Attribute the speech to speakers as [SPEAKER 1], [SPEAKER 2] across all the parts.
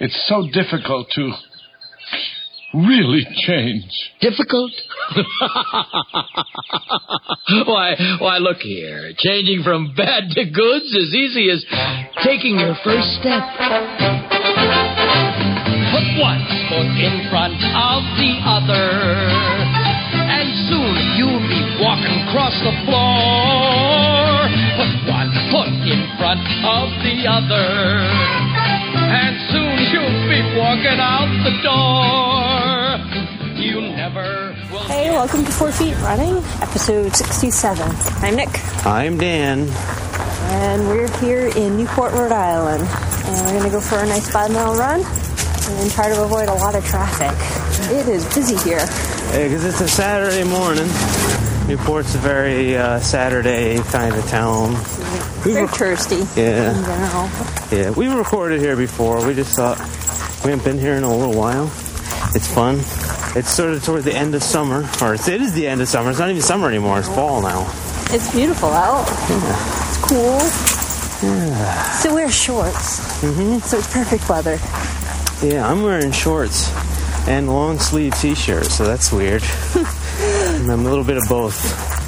[SPEAKER 1] It's so difficult to really change.
[SPEAKER 2] Difficult? why, why, look here. Changing from bad to goods is easy as taking your first step.
[SPEAKER 3] Put one foot in front of the other, and soon you'll be walking across the floor. Put one foot in front of the other, and soon you'll be walking out the door. You never will.
[SPEAKER 4] Hey, welcome to Four Feet Running, episode 67. I'm Nick,
[SPEAKER 5] I'm Dan.
[SPEAKER 4] and we're here in Newport, Rhode Island. And we're going to go for a nice five mile run and try to avoid a lot of traffic. It is busy here.
[SPEAKER 5] Because it's a Saturday morning. Newport's a very uh, Saturday kind of town.
[SPEAKER 4] Very thirsty in
[SPEAKER 5] Yeah,
[SPEAKER 4] general.
[SPEAKER 5] yeah. We recorded here before. We just thought we haven't been here in a little while. It's fun. It's sort of toward the end of summer, or it's, it is the end of summer. It's not even summer anymore. It's fall now.
[SPEAKER 4] It's beautiful out. It's cool. So wear shorts. Mm-hmm. So it's perfect weather.
[SPEAKER 5] Yeah, I'm wearing shorts and long sleeve t-shirt, so that's weird. I'm a little bit of both.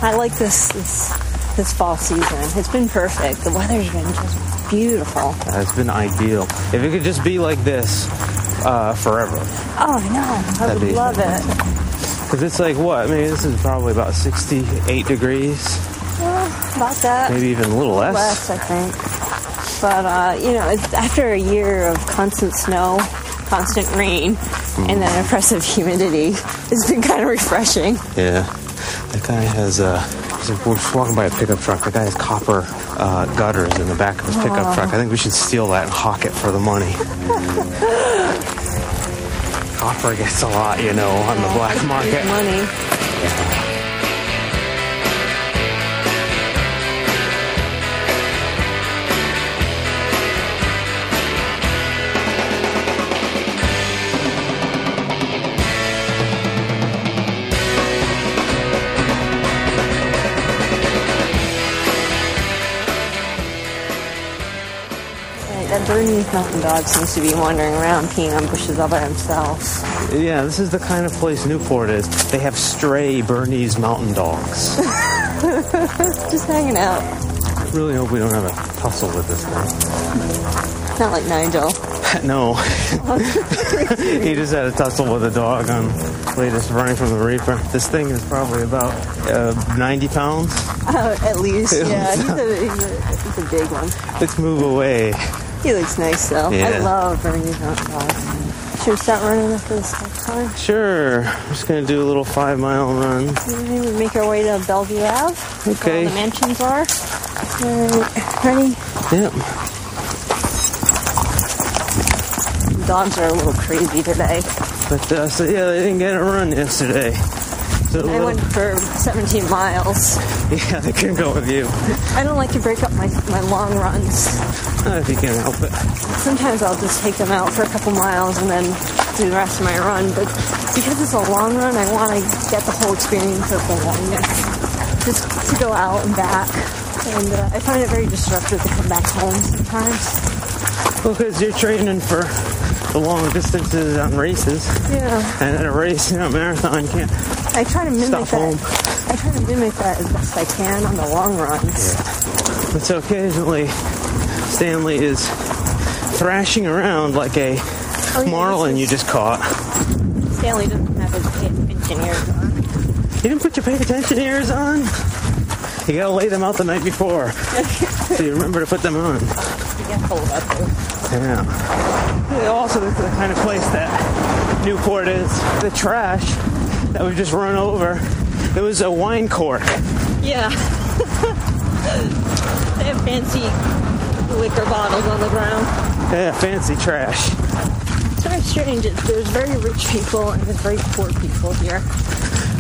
[SPEAKER 4] I like this this, this fall season. It's been perfect. The weather's been just beautiful. Oh,
[SPEAKER 5] Uh, it's been ideal. If it could just be like this uh, forever.
[SPEAKER 4] Oh, I know. I
[SPEAKER 5] That'd
[SPEAKER 4] would
[SPEAKER 5] be-
[SPEAKER 4] love it.
[SPEAKER 5] Because it's like what? I mean, this is probably about 68 degrees,
[SPEAKER 4] Well, about that.
[SPEAKER 5] maybe even a little less.
[SPEAKER 4] less, I think. But uh, you know, it's after a year of constant snow, constant rain, and then oppressive humidity, it's been kind of refreshing.
[SPEAKER 5] Yeah. That guy has, uh, he's like, we're just walking by a pickup truck. The guy has copper uh, gutters in the back of his pickup truck. I think we should steal that and hawk it for the money. copper gets a lot, you know, on the black market.
[SPEAKER 4] Good money. Right, That Bernese mountain dog seems to be wandering around peeing on bushes all by himself.
[SPEAKER 5] Yeah, this is the kind of place Newport is. They have stray Bernese mountain dogs.
[SPEAKER 4] Just hanging out.
[SPEAKER 5] really hope we don't have a tussle with this one.
[SPEAKER 4] Not like Nigel.
[SPEAKER 5] No. he just had a tussle with a dog on latest running from the reaper. This thing is probably about uh, 90 pounds.
[SPEAKER 4] Oh, at least, yeah. He's a, he's, a, he's a big one.
[SPEAKER 5] Let's move away.
[SPEAKER 4] He looks nice, though. I
[SPEAKER 5] Yeah.
[SPEAKER 4] love Bernese mountain dogs. Should we start running after this next time?
[SPEAKER 5] Sure. I'm just going to do a little five mile run.
[SPEAKER 4] Maybe we make our way to Bellevue Ave. where
[SPEAKER 5] Okay.
[SPEAKER 4] all the mansions are. Alright, ready?
[SPEAKER 5] Yep.
[SPEAKER 4] The dogs are a little crazy today.
[SPEAKER 5] But uh, so yeah, they didn't get a run yesterday. So
[SPEAKER 4] I went for 17 miles.
[SPEAKER 5] yeah, they can go with you
[SPEAKER 4] I don't like to break up my, my long runs.
[SPEAKER 5] Not if you can help it.
[SPEAKER 4] Sometimes I'll just take them out for a couple miles and then do the rest of my run. But because it's a long run, I want to get the whole experience of the longness. Just to go out and back. And uh, I find it very disruptive to come back home sometimes.
[SPEAKER 5] Well, because you're training for the long distances on races,
[SPEAKER 4] Yeah.
[SPEAKER 5] and at a race, you know, marathon can't
[SPEAKER 4] I try to mimic
[SPEAKER 5] stop
[SPEAKER 4] that.
[SPEAKER 5] home.
[SPEAKER 4] I try to mimic that as best I can on the long runs.
[SPEAKER 5] But so occasionally, Stanley is thrashing around like a
[SPEAKER 4] Oh, yeah,
[SPEAKER 5] marlin
[SPEAKER 4] this
[SPEAKER 5] you
[SPEAKER 4] is-
[SPEAKER 5] just caught.
[SPEAKER 4] Stanley doesn't have his en- engineers on.
[SPEAKER 5] You didn't put your pay attention ears on? You gotta lay them out the night before. so you remember to put them on.
[SPEAKER 4] He gets pulled up.
[SPEAKER 5] Yeah. It Also, this is the kind of place that Newport is. The trash that we've just run over. It was a wine cork.
[SPEAKER 4] Yeah. they have fancy liquor bottles on the ground.
[SPEAKER 5] Yeah, fancy trash.
[SPEAKER 4] It's very strange. It's, there's very rich people and there's very poor people here.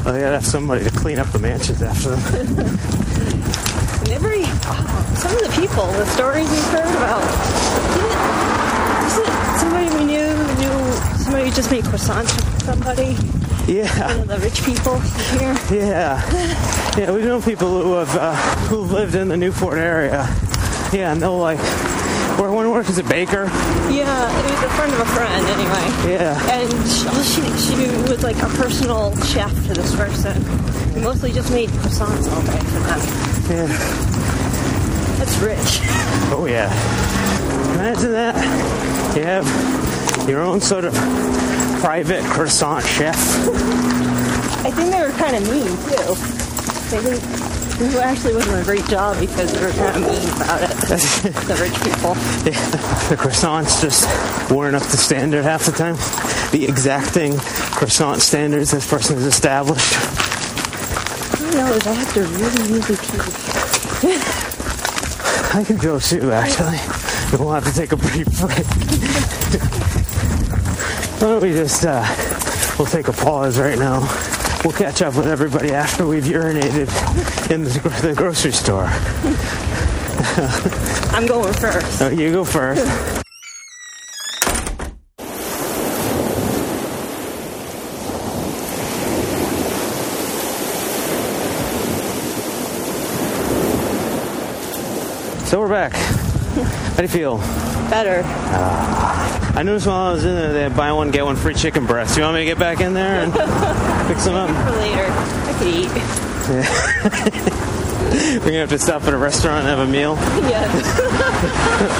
[SPEAKER 5] Oh, they gotta have somebody to clean up the mansions after them.
[SPEAKER 4] And they're very. uh, Some of the people, the stories we've heard about. Isn't it, isn't it somebody we knew knew somebody who just made croissants for somebody?
[SPEAKER 5] Yeah.
[SPEAKER 4] One of the rich people here.
[SPEAKER 5] Yeah, yeah, we know people who have uh, who lived in the Newport area. Yeah, and they'll like, where one works as a baker.
[SPEAKER 4] Yeah, it was was a friend of a friend anyway.
[SPEAKER 5] Yeah.
[SPEAKER 4] And sh- all she, she was like a personal chef to this person. We mostly just made croissants all day for them.
[SPEAKER 5] yeah.
[SPEAKER 4] That's rich.
[SPEAKER 5] Oh yeah. Imagine that. You have your own sort of private croissant chef.
[SPEAKER 4] I think they were kind of mean too. They didn't. It actually wasn't a great job because they were kind of mean about it. the rich people.
[SPEAKER 5] The croissants just weren't up to standard half the time. The exacting croissant standards this person has established.
[SPEAKER 4] Who knows? I have to really, really pee.
[SPEAKER 5] I can go too, actually. We'll have to take a brief break. Why don't we just, uh, we'll take a pause right now. We'll catch up with everybody after we've urinated in the, gro- the grocery store.
[SPEAKER 4] I'm going first.
[SPEAKER 5] Oh, you go first. So we're back. How do you feel?
[SPEAKER 4] Better.
[SPEAKER 5] I noticed while I was in there, they had buy one get one free chicken breast. You want me to get back in there and pick some up?
[SPEAKER 4] For later. I could eat.
[SPEAKER 5] We're gonna have to stop at a restaurant and have a meal.
[SPEAKER 4] yes.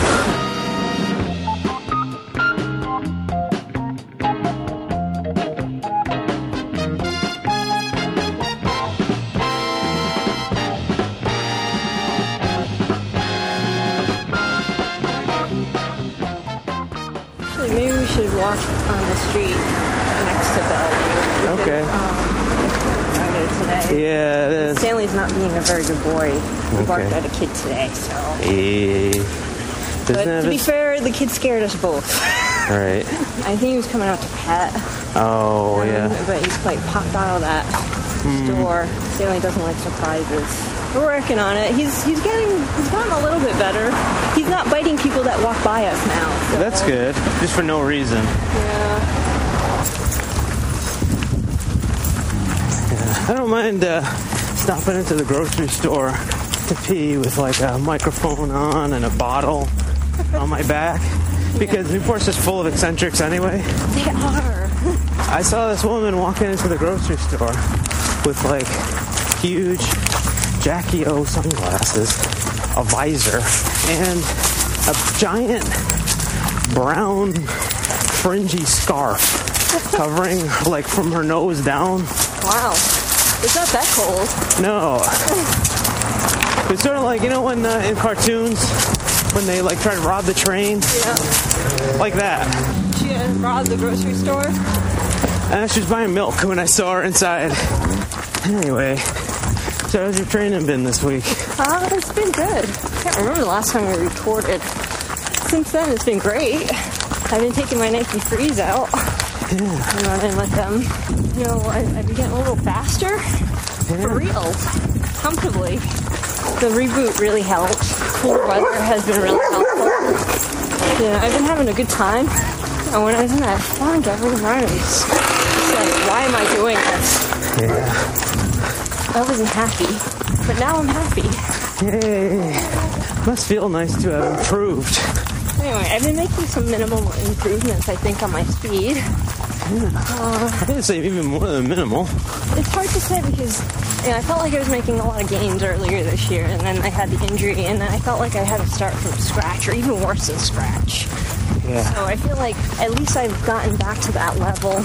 [SPEAKER 4] Actually, Maybe we should walk on the street next to Bellevue. We
[SPEAKER 5] Okay.
[SPEAKER 4] Could, um, go there today.
[SPEAKER 5] Yeah, it is.
[SPEAKER 4] Stanley's not being a very good boy. He barked
[SPEAKER 5] Okay.
[SPEAKER 4] at a kid today, so.
[SPEAKER 5] Eh,
[SPEAKER 4] But
[SPEAKER 5] Doesn't
[SPEAKER 4] to
[SPEAKER 5] have
[SPEAKER 4] be
[SPEAKER 5] it?
[SPEAKER 4] fair, the kid scared us both.
[SPEAKER 5] All right.
[SPEAKER 4] I think he was coming out to pet.
[SPEAKER 5] Oh
[SPEAKER 4] um,
[SPEAKER 5] yeah. Hmm.
[SPEAKER 4] But he's like popped out of that store. Stanley doesn't like surprises. We're working on it. He's he's getting he's gotten a little bit better. He's not biting people that walk by us now. So
[SPEAKER 5] That's good. Just for no reason.
[SPEAKER 4] Yeah.
[SPEAKER 5] I don't mind uh, stopping into the grocery store to pee with like a microphone on and a bottle on my back because Newport's just full of eccentrics anyway.
[SPEAKER 4] They are.
[SPEAKER 5] I saw this woman walking into the grocery store with like huge Jackie O sunglasses, a visor, and a giant brown fringy scarf covering like from her nose down.
[SPEAKER 4] Wow. It's not that cold.
[SPEAKER 5] No. It's sort of like, you know, when uh, in cartoons, when they like try to rob the train?
[SPEAKER 4] Yeah.
[SPEAKER 5] Like that.
[SPEAKER 4] She had robbed the grocery store.
[SPEAKER 5] And Uh, she was buying milk when I saw her inside. Anyway, so how's your training been this week?
[SPEAKER 4] Uh, it's been good. I can't remember the last time we recorded. Since then, it's been great. I've been taking my Nike Freeze out and running with them. You know, I, I've been getting a little faster. For real. Comfortably. The reboot really helped. Cooler weather has been really helpful. Yeah, I've been having a good time. And when I was in that fog, everyone around me was just like, why am I doing this?
[SPEAKER 5] Yeah.
[SPEAKER 4] I wasn't happy. But now I'm happy.
[SPEAKER 5] Yay. Must feel nice to have improved.
[SPEAKER 4] Anyway, I've been making some minimal improvements, I think, on my speed.
[SPEAKER 5] I didn't say even more than minimal.
[SPEAKER 4] It's hard to say because you know, I felt like I was making a lot of gains earlier this year, and then I had the injury, and then I felt like I had to start from scratch, or even worse than scratch.
[SPEAKER 5] Yeah.
[SPEAKER 4] So I feel like at least I've gotten back to that level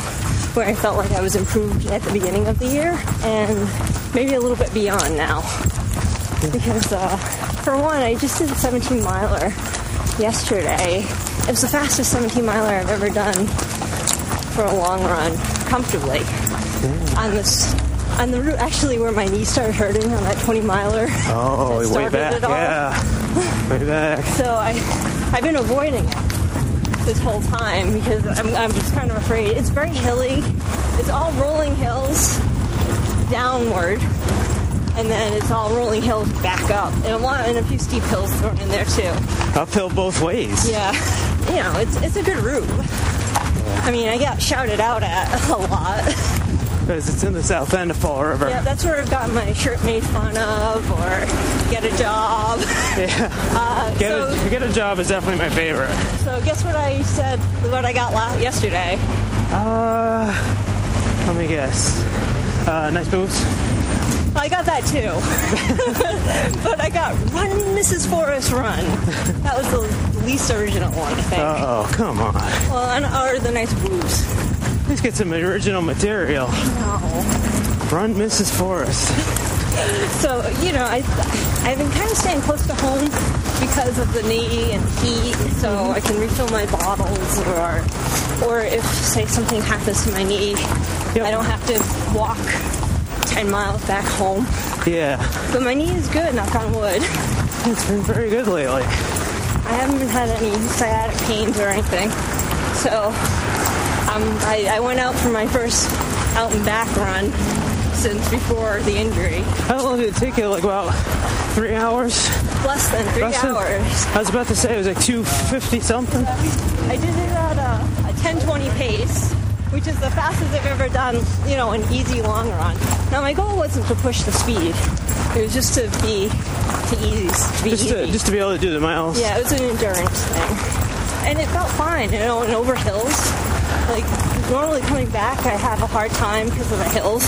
[SPEAKER 4] where I felt like I was improved at the beginning of the year, and maybe a little bit beyond now. Because uh, for one, I just did a 17 miler yesterday. It was the fastest 17 miler I've ever done for a long run, comfortably on this on the route actually where my knee started hurting on that 20 miler.
[SPEAKER 5] Oh,
[SPEAKER 4] That
[SPEAKER 5] way
[SPEAKER 4] started
[SPEAKER 5] back.
[SPEAKER 4] it all.
[SPEAKER 5] Yeah. Way back.
[SPEAKER 4] So I I've been avoiding it this whole time because I'm I'm just kind of afraid. It's very hilly. It's all rolling hills downward. And then it's all rolling hills back up, and a lot, and a few steep hills thrown in there too.
[SPEAKER 5] Uphill both ways.
[SPEAKER 4] Yeah, you know, it's it's a good route. I mean, I got shouted out at a lot
[SPEAKER 5] because it's in the south end of Fall River.
[SPEAKER 4] Yeah, that's where I've gotten my shirt made fun of or get a job. Uh,
[SPEAKER 5] Get,
[SPEAKER 4] so,
[SPEAKER 5] a, get a job is definitely my favorite.
[SPEAKER 4] so guess what I said, what I got la- yesterday?
[SPEAKER 5] Uh, let me guess. Uh, nice boots.
[SPEAKER 4] I got that too. but I got Run Mrs. Forrest Run. That was the least original one, I think.
[SPEAKER 5] Oh, come on.
[SPEAKER 4] well, and are the nice boobs.
[SPEAKER 5] Let's get some original material.
[SPEAKER 4] No.
[SPEAKER 5] Run Mrs. Forrest.
[SPEAKER 4] So, you know, I, I've been kind of staying close to home because of the knee and heat, so I can refill my bottles or, or if, say, something happens to my knee,
[SPEAKER 5] Yep.
[SPEAKER 4] I don't have to walk 10 miles back home.
[SPEAKER 5] Yeah,
[SPEAKER 4] But my knee is good, knock on wood.
[SPEAKER 5] it's been very good lately.
[SPEAKER 4] I haven't even had any sciatic pains or anything. So um, I, I went out for my first out and back run since before the injury.
[SPEAKER 5] How long did it take you? Like about three hours?
[SPEAKER 4] Less than three
[SPEAKER 5] Less than-
[SPEAKER 4] hours.
[SPEAKER 5] I was about to say it was like 250 something.
[SPEAKER 4] I did it at a, a 1020 pace, which is the fastest I've ever done, you know, an easy long run. Now my goal wasn't to push the speed. It was just to be to ease to be
[SPEAKER 5] Just to,
[SPEAKER 4] easy.
[SPEAKER 5] just to be able to do the miles.
[SPEAKER 4] Yeah, it was an endurance thing. And it felt fine, you know, and over hills. Like, normally coming back, I have a hard time because of the hills.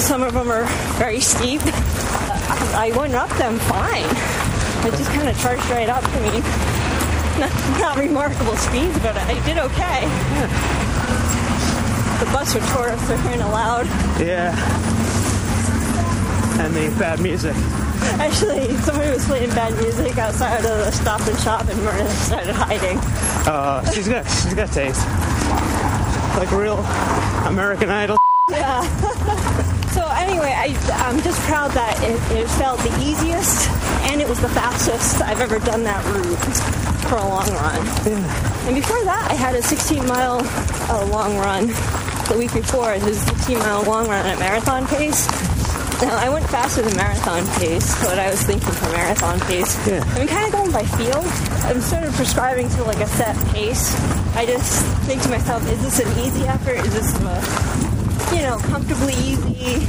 [SPEAKER 4] Some of them are very steep. I I went up them fine. I just kind of charged right up. I mean, not, not remarkable speeds, but I did okay. The bus would tore us, they're hearing loud.
[SPEAKER 5] Yeah. And the bad music.
[SPEAKER 4] Actually, somebody was playing bad music outside of the stop and shop, and Myrna started hiding.
[SPEAKER 5] Uh, she's got she's got taste. Like real American Idol.
[SPEAKER 4] So anyway, I, I'm just proud that it, it felt the easiest and it was the fastest I've ever done that route for a long run. And before that, I had a 16 mile uh, long run the week before. I did a 16 mile long run at marathon pace. Now, I went faster than marathon pace, what I was thinking for marathon pace.
[SPEAKER 5] Yeah.
[SPEAKER 4] I've been kind of going by feel. Instead of prescribing to like a set pace, I just think to myself, is this an easy effort? Is this a, you know, comfortably easy?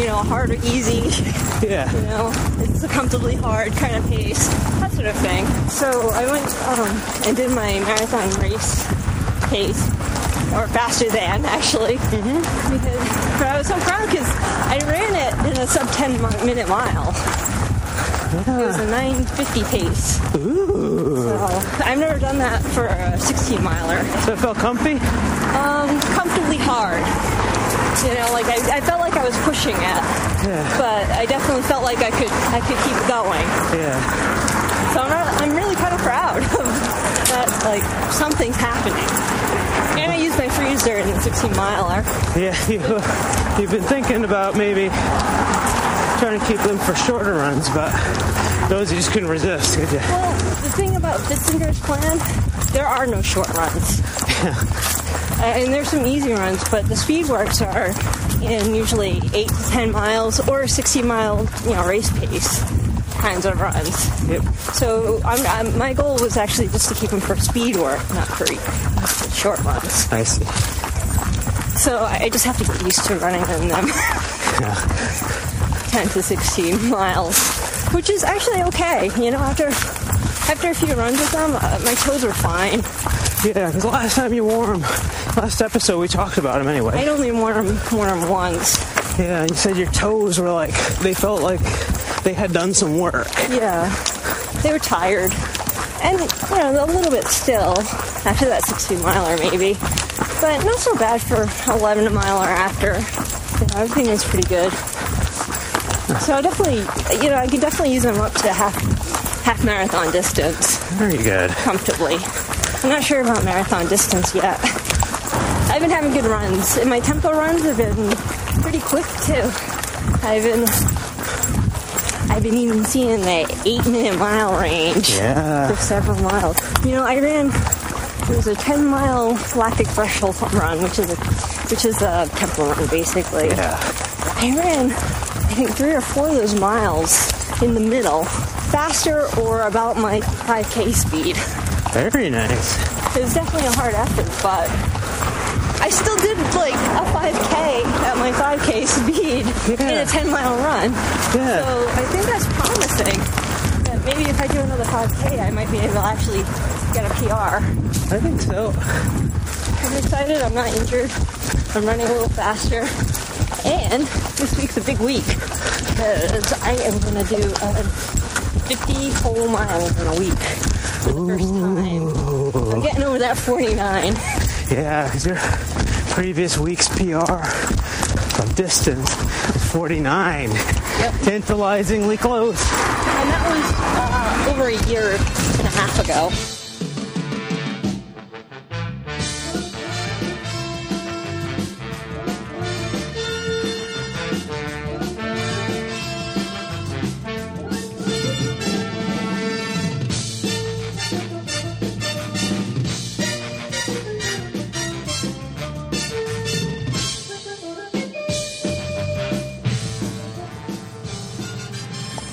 [SPEAKER 4] You know, hard or easy?
[SPEAKER 5] Yeah.
[SPEAKER 4] you know, it's a comfortably hard kind of pace, that sort of thing. So I went um, and did my marathon race pace, or faster than actually, mm-hmm. because but I was so proud because I ran it in a sub 10 mi- minute mile. It was a 950 pace.
[SPEAKER 5] Ooh.
[SPEAKER 4] So I've never done that for a 16 miler.
[SPEAKER 5] So it felt comfy.
[SPEAKER 4] Um, comfortably hard. You know, like I, I felt like I was pushing it,
[SPEAKER 5] Yeah.
[SPEAKER 4] but I definitely felt like I could I could keep going.
[SPEAKER 5] Yeah.
[SPEAKER 4] So I'm, not, I'm really kind of proud of that, like, something's happening. And I used my freezer in the 16 miler.
[SPEAKER 5] Yeah. You, you've been thinking about maybe trying to keep them for shorter runs, but those you just couldn't resist, could you?
[SPEAKER 4] Well, the thing about Bitzinger's plan, there are no short runs. Uh, and there's some easy runs, but the speed works are in usually 8 to 10 miles or 60 mile, you know, race pace kinds of runs.
[SPEAKER 5] Yep.
[SPEAKER 4] So I'm, I'm, my goal was actually just to keep them for speed work, not for short runs.
[SPEAKER 5] I see.
[SPEAKER 4] So I just have to get used to running in them. 10 to 16 miles, which is actually okay. You know, after after a few runs with them, uh, my toes were fine.
[SPEAKER 5] Yeah, because last time you wore 'em, last episode we talked about them anyway.
[SPEAKER 4] I'd only worn them, worn them once.
[SPEAKER 5] Yeah, you said your toes were like they felt like they had done some work.
[SPEAKER 4] Yeah, they were tired, and you know, a little bit still after that 16 miler, maybe, but not so bad for 11 miler after. You know, everything is pretty good. So I definitely, you know, I could definitely use them up to the half half marathon distance.
[SPEAKER 5] Very good.
[SPEAKER 4] comfortably. I'm not sure about marathon distance yet. I've been having good runs, and my tempo runs have been pretty quick too. I've been I've been even seeing the eight minute mile range
[SPEAKER 5] Yeah.
[SPEAKER 4] for several miles. You know, I ran it was a 10 mile lactic threshold run, which is a which is a tempo run basically.
[SPEAKER 5] Yeah.
[SPEAKER 4] I ran, I think, three or four of those miles in the middle, faster or about my 5K speed.
[SPEAKER 5] Very nice.
[SPEAKER 4] It was definitely a hard effort, but I still did like a 5K at my 5K speed in
[SPEAKER 5] Yeah.
[SPEAKER 4] a 10 mile run.
[SPEAKER 5] Yeah.
[SPEAKER 4] So I think that's promising. That maybe if I do another 5K, I might be able to actually get a PR.
[SPEAKER 5] I think so.
[SPEAKER 4] I'm excited. I'm not injured. I'm running a little faster. And this week's a big week because I am going to do uh, 50 whole miles in a week. For the first time. I'm getting over that 49.
[SPEAKER 5] Yeah, because your previous week's PR of distance is 49. Tantalizingly close.
[SPEAKER 4] And that was uh, over a year and a half ago.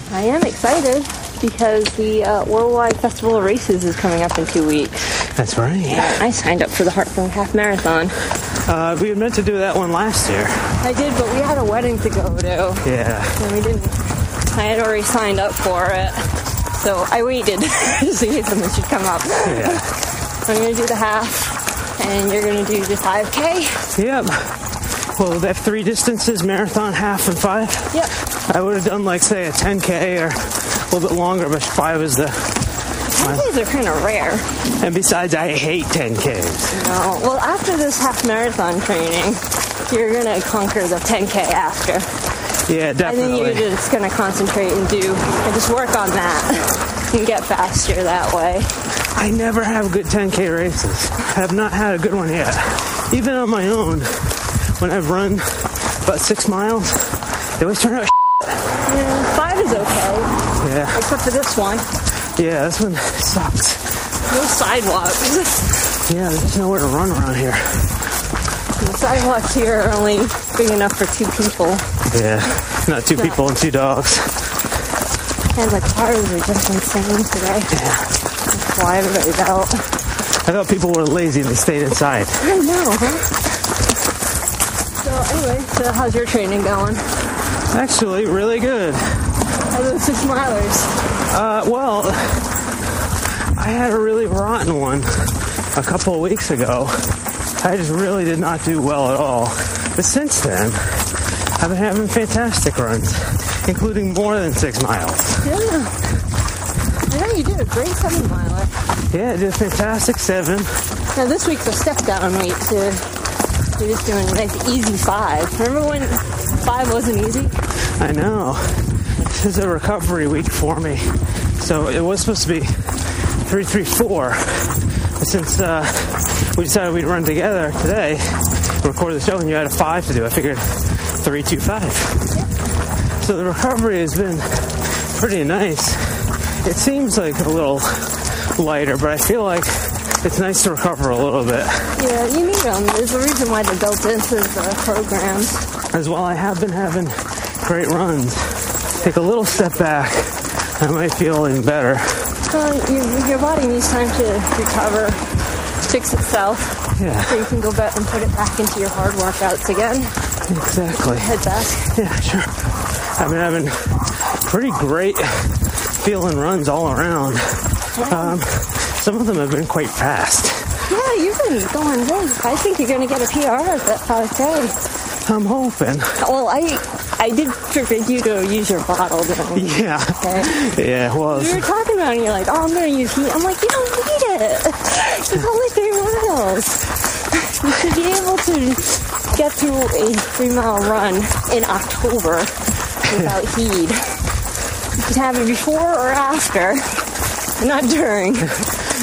[SPEAKER 4] I am excited because the uh, Worldwide Festival of Races is coming up in two weeks.
[SPEAKER 5] That's right.
[SPEAKER 4] I signed up for the Hartford Half Marathon.
[SPEAKER 5] Uh, we were meant to do that one last year.
[SPEAKER 4] I did, but we had a wedding to go to,
[SPEAKER 5] Yeah.
[SPEAKER 4] and we didn't. I had already signed up for it, so I waited to see if someone should come up.
[SPEAKER 5] Yeah.
[SPEAKER 4] I'm gonna do the half, and you're gonna do the 5K.
[SPEAKER 5] yep. Well, they have three distances marathon, half, and five.
[SPEAKER 4] Yep.
[SPEAKER 5] I would have done, like, say, a 10K or a little bit longer, but five is the.
[SPEAKER 4] 10Ks are kind of rare.
[SPEAKER 5] And besides, I hate 10Ks.
[SPEAKER 4] No. Well, after this half marathon training, you're gonna conquer the 10K after.
[SPEAKER 5] Yeah,
[SPEAKER 4] I think
[SPEAKER 5] definitely.
[SPEAKER 4] you're just gonna concentrate and do and just work on that and get faster that way.
[SPEAKER 5] I never have good 10K races. I have not had a good one yet. Even on my own, when I've run about six miles, they always turn out
[SPEAKER 4] Yeah, five is okay,
[SPEAKER 5] Yeah,
[SPEAKER 4] except for this one.
[SPEAKER 5] yeah, this one sucks.
[SPEAKER 4] No sidewalks.
[SPEAKER 5] Yeah, there's just nowhere to run around here.
[SPEAKER 4] The sidewalks here are only big enough for two people,
[SPEAKER 5] Yeah, not two people and two dogs.
[SPEAKER 4] and the cars are just insane today. That's why everybody's out.
[SPEAKER 5] I thought people were lazy and they stayed inside.
[SPEAKER 4] I know, huh? So anyway, so how's your training going?
[SPEAKER 5] Actually, really good.
[SPEAKER 4] I those six milers.
[SPEAKER 5] Uh, well, I had a really rotten one a couple of weeks ago. I just really did not do well at all. But since then, I've been having fantastic runs, including more than six miles.
[SPEAKER 4] Yeah. I know you did a great seven miler.
[SPEAKER 5] Yeah, I did a fantastic seven.
[SPEAKER 4] Now this week's a step down week too. We're just doing like the easy five. Remember when five wasn't easy?
[SPEAKER 5] I know. This is a recovery week for me. So it was supposed to be 334. But since uh, we decided we'd run together today, record the show, and you had a 5 to do, I figured 325. So the recovery has been pretty nice. It seems like a little lighter, but I feel like it's nice to recover a little bit.
[SPEAKER 4] Yeah, you need them. There's a reason why they built into the programs.
[SPEAKER 5] as well. I have been having great runs. Take a little step back, I might feel even better.
[SPEAKER 4] Uh, you, your body needs time to recover, fix itself,
[SPEAKER 5] Yeah,
[SPEAKER 4] so you can go back and put it back into your hard workouts again.
[SPEAKER 5] exactly.
[SPEAKER 4] Head back.
[SPEAKER 5] Yeah, sure. I've been having pretty great feeling runs all around. Um, some of them have been quite fast.
[SPEAKER 4] Yeah, you've been going big. I think you're going to get a PR at that 5K.
[SPEAKER 5] I'm hoping.
[SPEAKER 4] Well, I I did forbid you to use your bottle during the
[SPEAKER 5] Yeah.
[SPEAKER 4] 5K.
[SPEAKER 5] Yeah, well,
[SPEAKER 4] We were talking about it, and you're like, oh, I'm going to use heat. I'm like, you don't need it. It's only three miles. You should be able to get through a three mile run in October without heat. You can have it before or after, not during.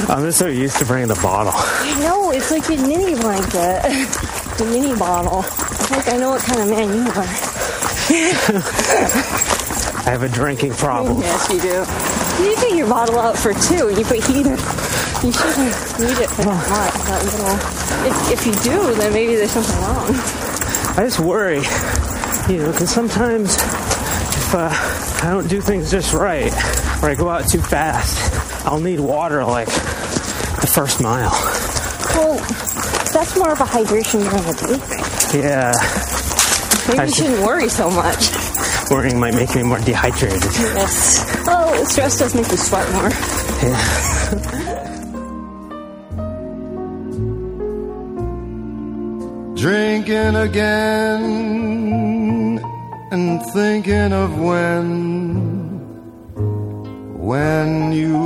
[SPEAKER 5] I'm just so used to bringing the bottle.
[SPEAKER 4] I know, it's like your mini blanket, the mini bottle. It's like I know what kind of man you are.
[SPEAKER 5] I have a drinking problem.
[SPEAKER 4] Yes, you do. You take your bottle out for two, and you put heat in. You shouldn't need it for that much. That little. If, if you do, then maybe there's something wrong.
[SPEAKER 5] I just worry, you know, because sometimes if uh, I don't do things just right or I go out too fast, I'll need water like the first mile.
[SPEAKER 4] Well, that's more of a hydration during the day thing.
[SPEAKER 5] Yeah,
[SPEAKER 4] Maybe
[SPEAKER 5] I
[SPEAKER 4] you
[SPEAKER 5] see.
[SPEAKER 4] shouldn't worry so much.
[SPEAKER 5] worrying might make me more dehydrated.
[SPEAKER 4] Yes. Oh, stress does make you sweat more.
[SPEAKER 6] Drinking again and thinking of when, when you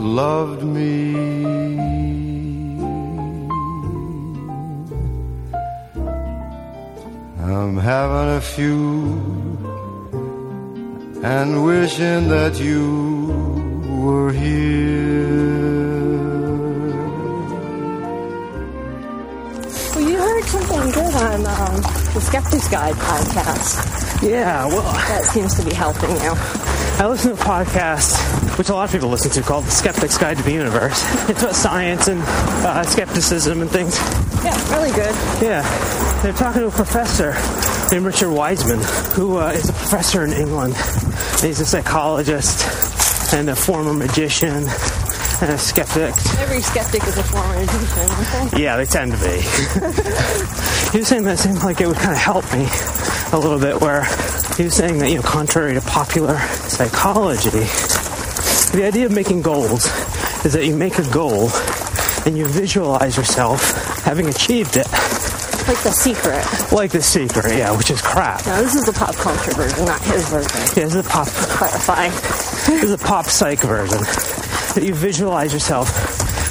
[SPEAKER 6] loved me. I'm having a few and wishing that you were here.
[SPEAKER 4] Well, you heard something good on um, the Skeptic's Guide podcast.
[SPEAKER 5] Yeah, well,
[SPEAKER 4] That seems to be helping you.
[SPEAKER 5] I listen to a podcast, which a lot of people listen to, called The Skeptic's Guide to the Universe. It's about science and uh, skepticism and things.
[SPEAKER 4] Yeah, really good.
[SPEAKER 5] Yeah, they're talking to a professor named Richard Wiseman, who uh, is a professor in England. He's a psychologist and a former magician and a skeptic.
[SPEAKER 4] Every skeptic is a former magician. aren't
[SPEAKER 5] Yeah, they tend to be. he was saying that seemed like it would kind of help me a little bit, where he was saying that, you know, contrary to popular psychology, the idea of making goals is that you make a goal and you visualize yourself having achieved it.
[SPEAKER 4] they? Like the secret.
[SPEAKER 5] Like The Secret, yeah, which is crap.
[SPEAKER 4] Now, this is the pop culture version, not his version.
[SPEAKER 5] Yeah, this is a pop.
[SPEAKER 4] Clarify.
[SPEAKER 5] This is a pop psych version. That you visualize yourself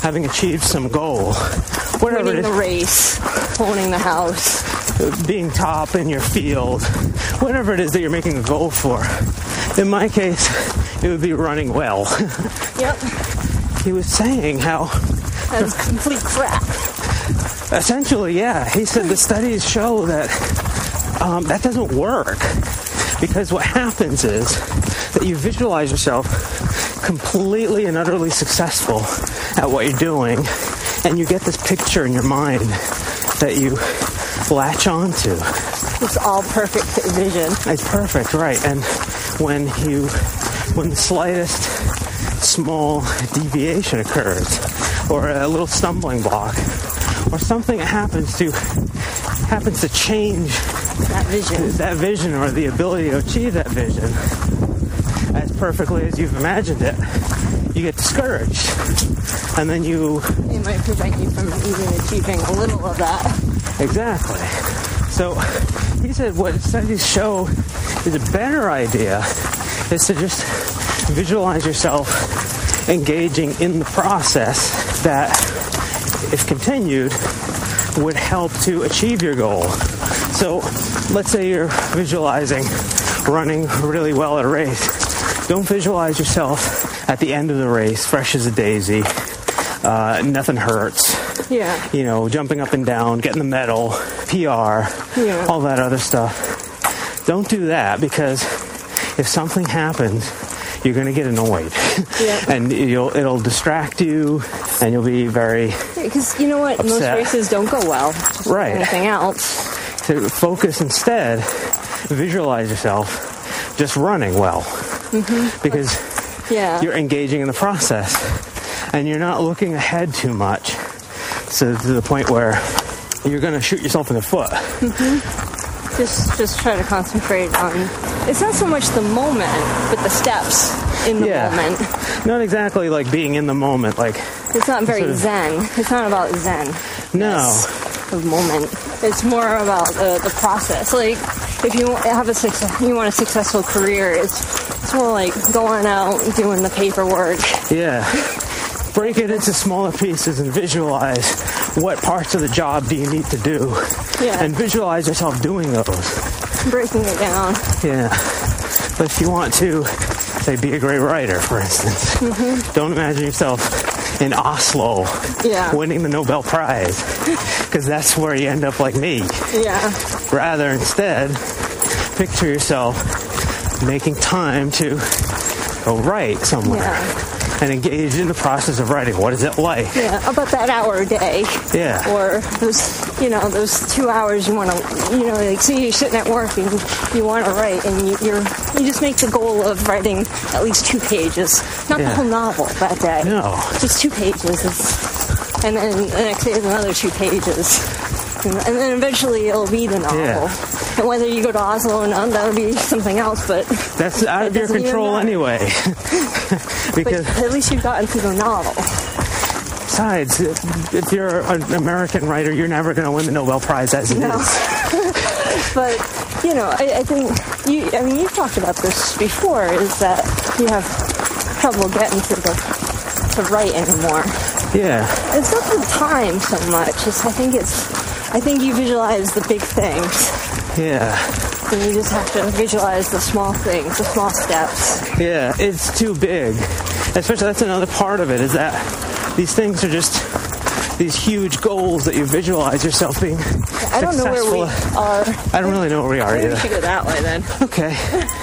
[SPEAKER 5] having achieved some goal, whatever
[SPEAKER 4] Winning
[SPEAKER 5] it
[SPEAKER 4] the
[SPEAKER 5] is,
[SPEAKER 4] race, owning the house.
[SPEAKER 5] being top in your field, whatever it is that you're making a goal for. In my case, it would be running well.
[SPEAKER 4] Yep.
[SPEAKER 5] he was saying how,
[SPEAKER 4] That is complete crap.
[SPEAKER 5] essentially, yeah, he said the studies show that um, that doesn't work because what happens is that you visualize yourself completely and utterly successful at what you're doing and you get this picture in your mind that you latch onto
[SPEAKER 4] It's all perfect vision.
[SPEAKER 5] it's perfect right and when you when the slightest small deviation occurs or a little stumbling block or something that happens to happens to change
[SPEAKER 4] That vision.
[SPEAKER 5] that vision or the ability to achieve that vision as perfectly as you've imagined it, you get discouraged. And then you,
[SPEAKER 4] It might prevent you from even achieving a little of that.
[SPEAKER 5] exactly. So he said what studies show is a better idea is to just visualize yourself engaging in the process that, if continued, would help to achieve your goal. So let's say you're visualizing running really well at a race. Don't visualize yourself at the end of the race, fresh as a daisy, uh, nothing hurts.
[SPEAKER 4] Yeah.
[SPEAKER 5] You know, jumping up and down, getting the medal, PR,
[SPEAKER 4] Yeah.
[SPEAKER 5] all that other stuff. Don't do that because if something happens, you're going to get annoyed.
[SPEAKER 4] Yeah.
[SPEAKER 5] and you'll, it'll distract you and you'll be very
[SPEAKER 4] Because you know what?
[SPEAKER 5] Upset.
[SPEAKER 4] Most races don't go well. Just like
[SPEAKER 5] Right.
[SPEAKER 4] Anything else.
[SPEAKER 5] to focus instead, visualize yourself just running well.
[SPEAKER 4] Mm-hmm.
[SPEAKER 5] Because
[SPEAKER 4] Yeah.
[SPEAKER 5] you're engaging in the process and you're not looking ahead too much. So to the point where you're going to shoot yourself in the foot.
[SPEAKER 4] just just try to concentrate on. It's not so much the moment, but the steps in the
[SPEAKER 5] Yeah.
[SPEAKER 4] moment.
[SPEAKER 5] Not exactly like being in the moment. Like,
[SPEAKER 4] It's not very
[SPEAKER 5] Sort of-
[SPEAKER 4] zen. It's not about zen.
[SPEAKER 5] no.
[SPEAKER 4] The moment. It's more about the, the process. Like if you wa- have a success, you want a successful career. It's it's more like going out and doing the paperwork.
[SPEAKER 5] Yeah. Break it into smaller pieces and visualize what parts of the job do you need to do.
[SPEAKER 4] Yeah.
[SPEAKER 5] And visualize yourself doing those.
[SPEAKER 4] breaking it down.
[SPEAKER 5] Yeah. But if you want to, say, be a great writer, for instance,
[SPEAKER 4] Mm-hmm.
[SPEAKER 5] don't imagine yourself in Oslo
[SPEAKER 4] Yeah.
[SPEAKER 5] winning the Nobel Prize, because that's where you end up like me.
[SPEAKER 4] Yeah.
[SPEAKER 5] Rather, instead, picture yourself making time to go write somewhere
[SPEAKER 4] Yeah.
[SPEAKER 5] and engage in the process of writing. What is it like?
[SPEAKER 4] Yeah, about that hour a day.
[SPEAKER 5] Yeah.
[SPEAKER 4] Or those, you know, those two hours you want to, you know, like say you're sitting at work and you want to write, and you, you're you just make the goal of writing at least two pages, not
[SPEAKER 5] Yeah.
[SPEAKER 4] the whole novel that day.
[SPEAKER 5] No.
[SPEAKER 4] Just two pages is and then the next day is another two pages. And then eventually it'll be the novel.
[SPEAKER 5] Yeah.
[SPEAKER 4] And whether you go to Oslo or not, that'll be something else. But
[SPEAKER 5] That's out
[SPEAKER 4] It
[SPEAKER 5] of your
[SPEAKER 4] doesn't even
[SPEAKER 5] control
[SPEAKER 4] matter.
[SPEAKER 5] anyway.
[SPEAKER 4] but
[SPEAKER 5] because
[SPEAKER 4] at least you've gotten through the novel.
[SPEAKER 5] besides, if, if you're an American writer, you're never going to win the Nobel Prize as it is.
[SPEAKER 4] No. but you know, I, I think you. I mean, you've talked about this before. Is that you have trouble getting to the to write anymore?
[SPEAKER 5] Yeah,
[SPEAKER 4] It's not the time so much. It's I think it's. I think you visualize the big things,
[SPEAKER 5] yeah,
[SPEAKER 4] and you just have to visualize the small things, the small steps.
[SPEAKER 5] yeah. It's too big. Especially that's another part of it is that these things are just these huge goals that you visualize yourself being.
[SPEAKER 4] I don't know where we
[SPEAKER 5] Successful.
[SPEAKER 4] are.
[SPEAKER 5] I don't really know where we are
[SPEAKER 4] Maybe we
[SPEAKER 5] either.
[SPEAKER 4] should go that way then.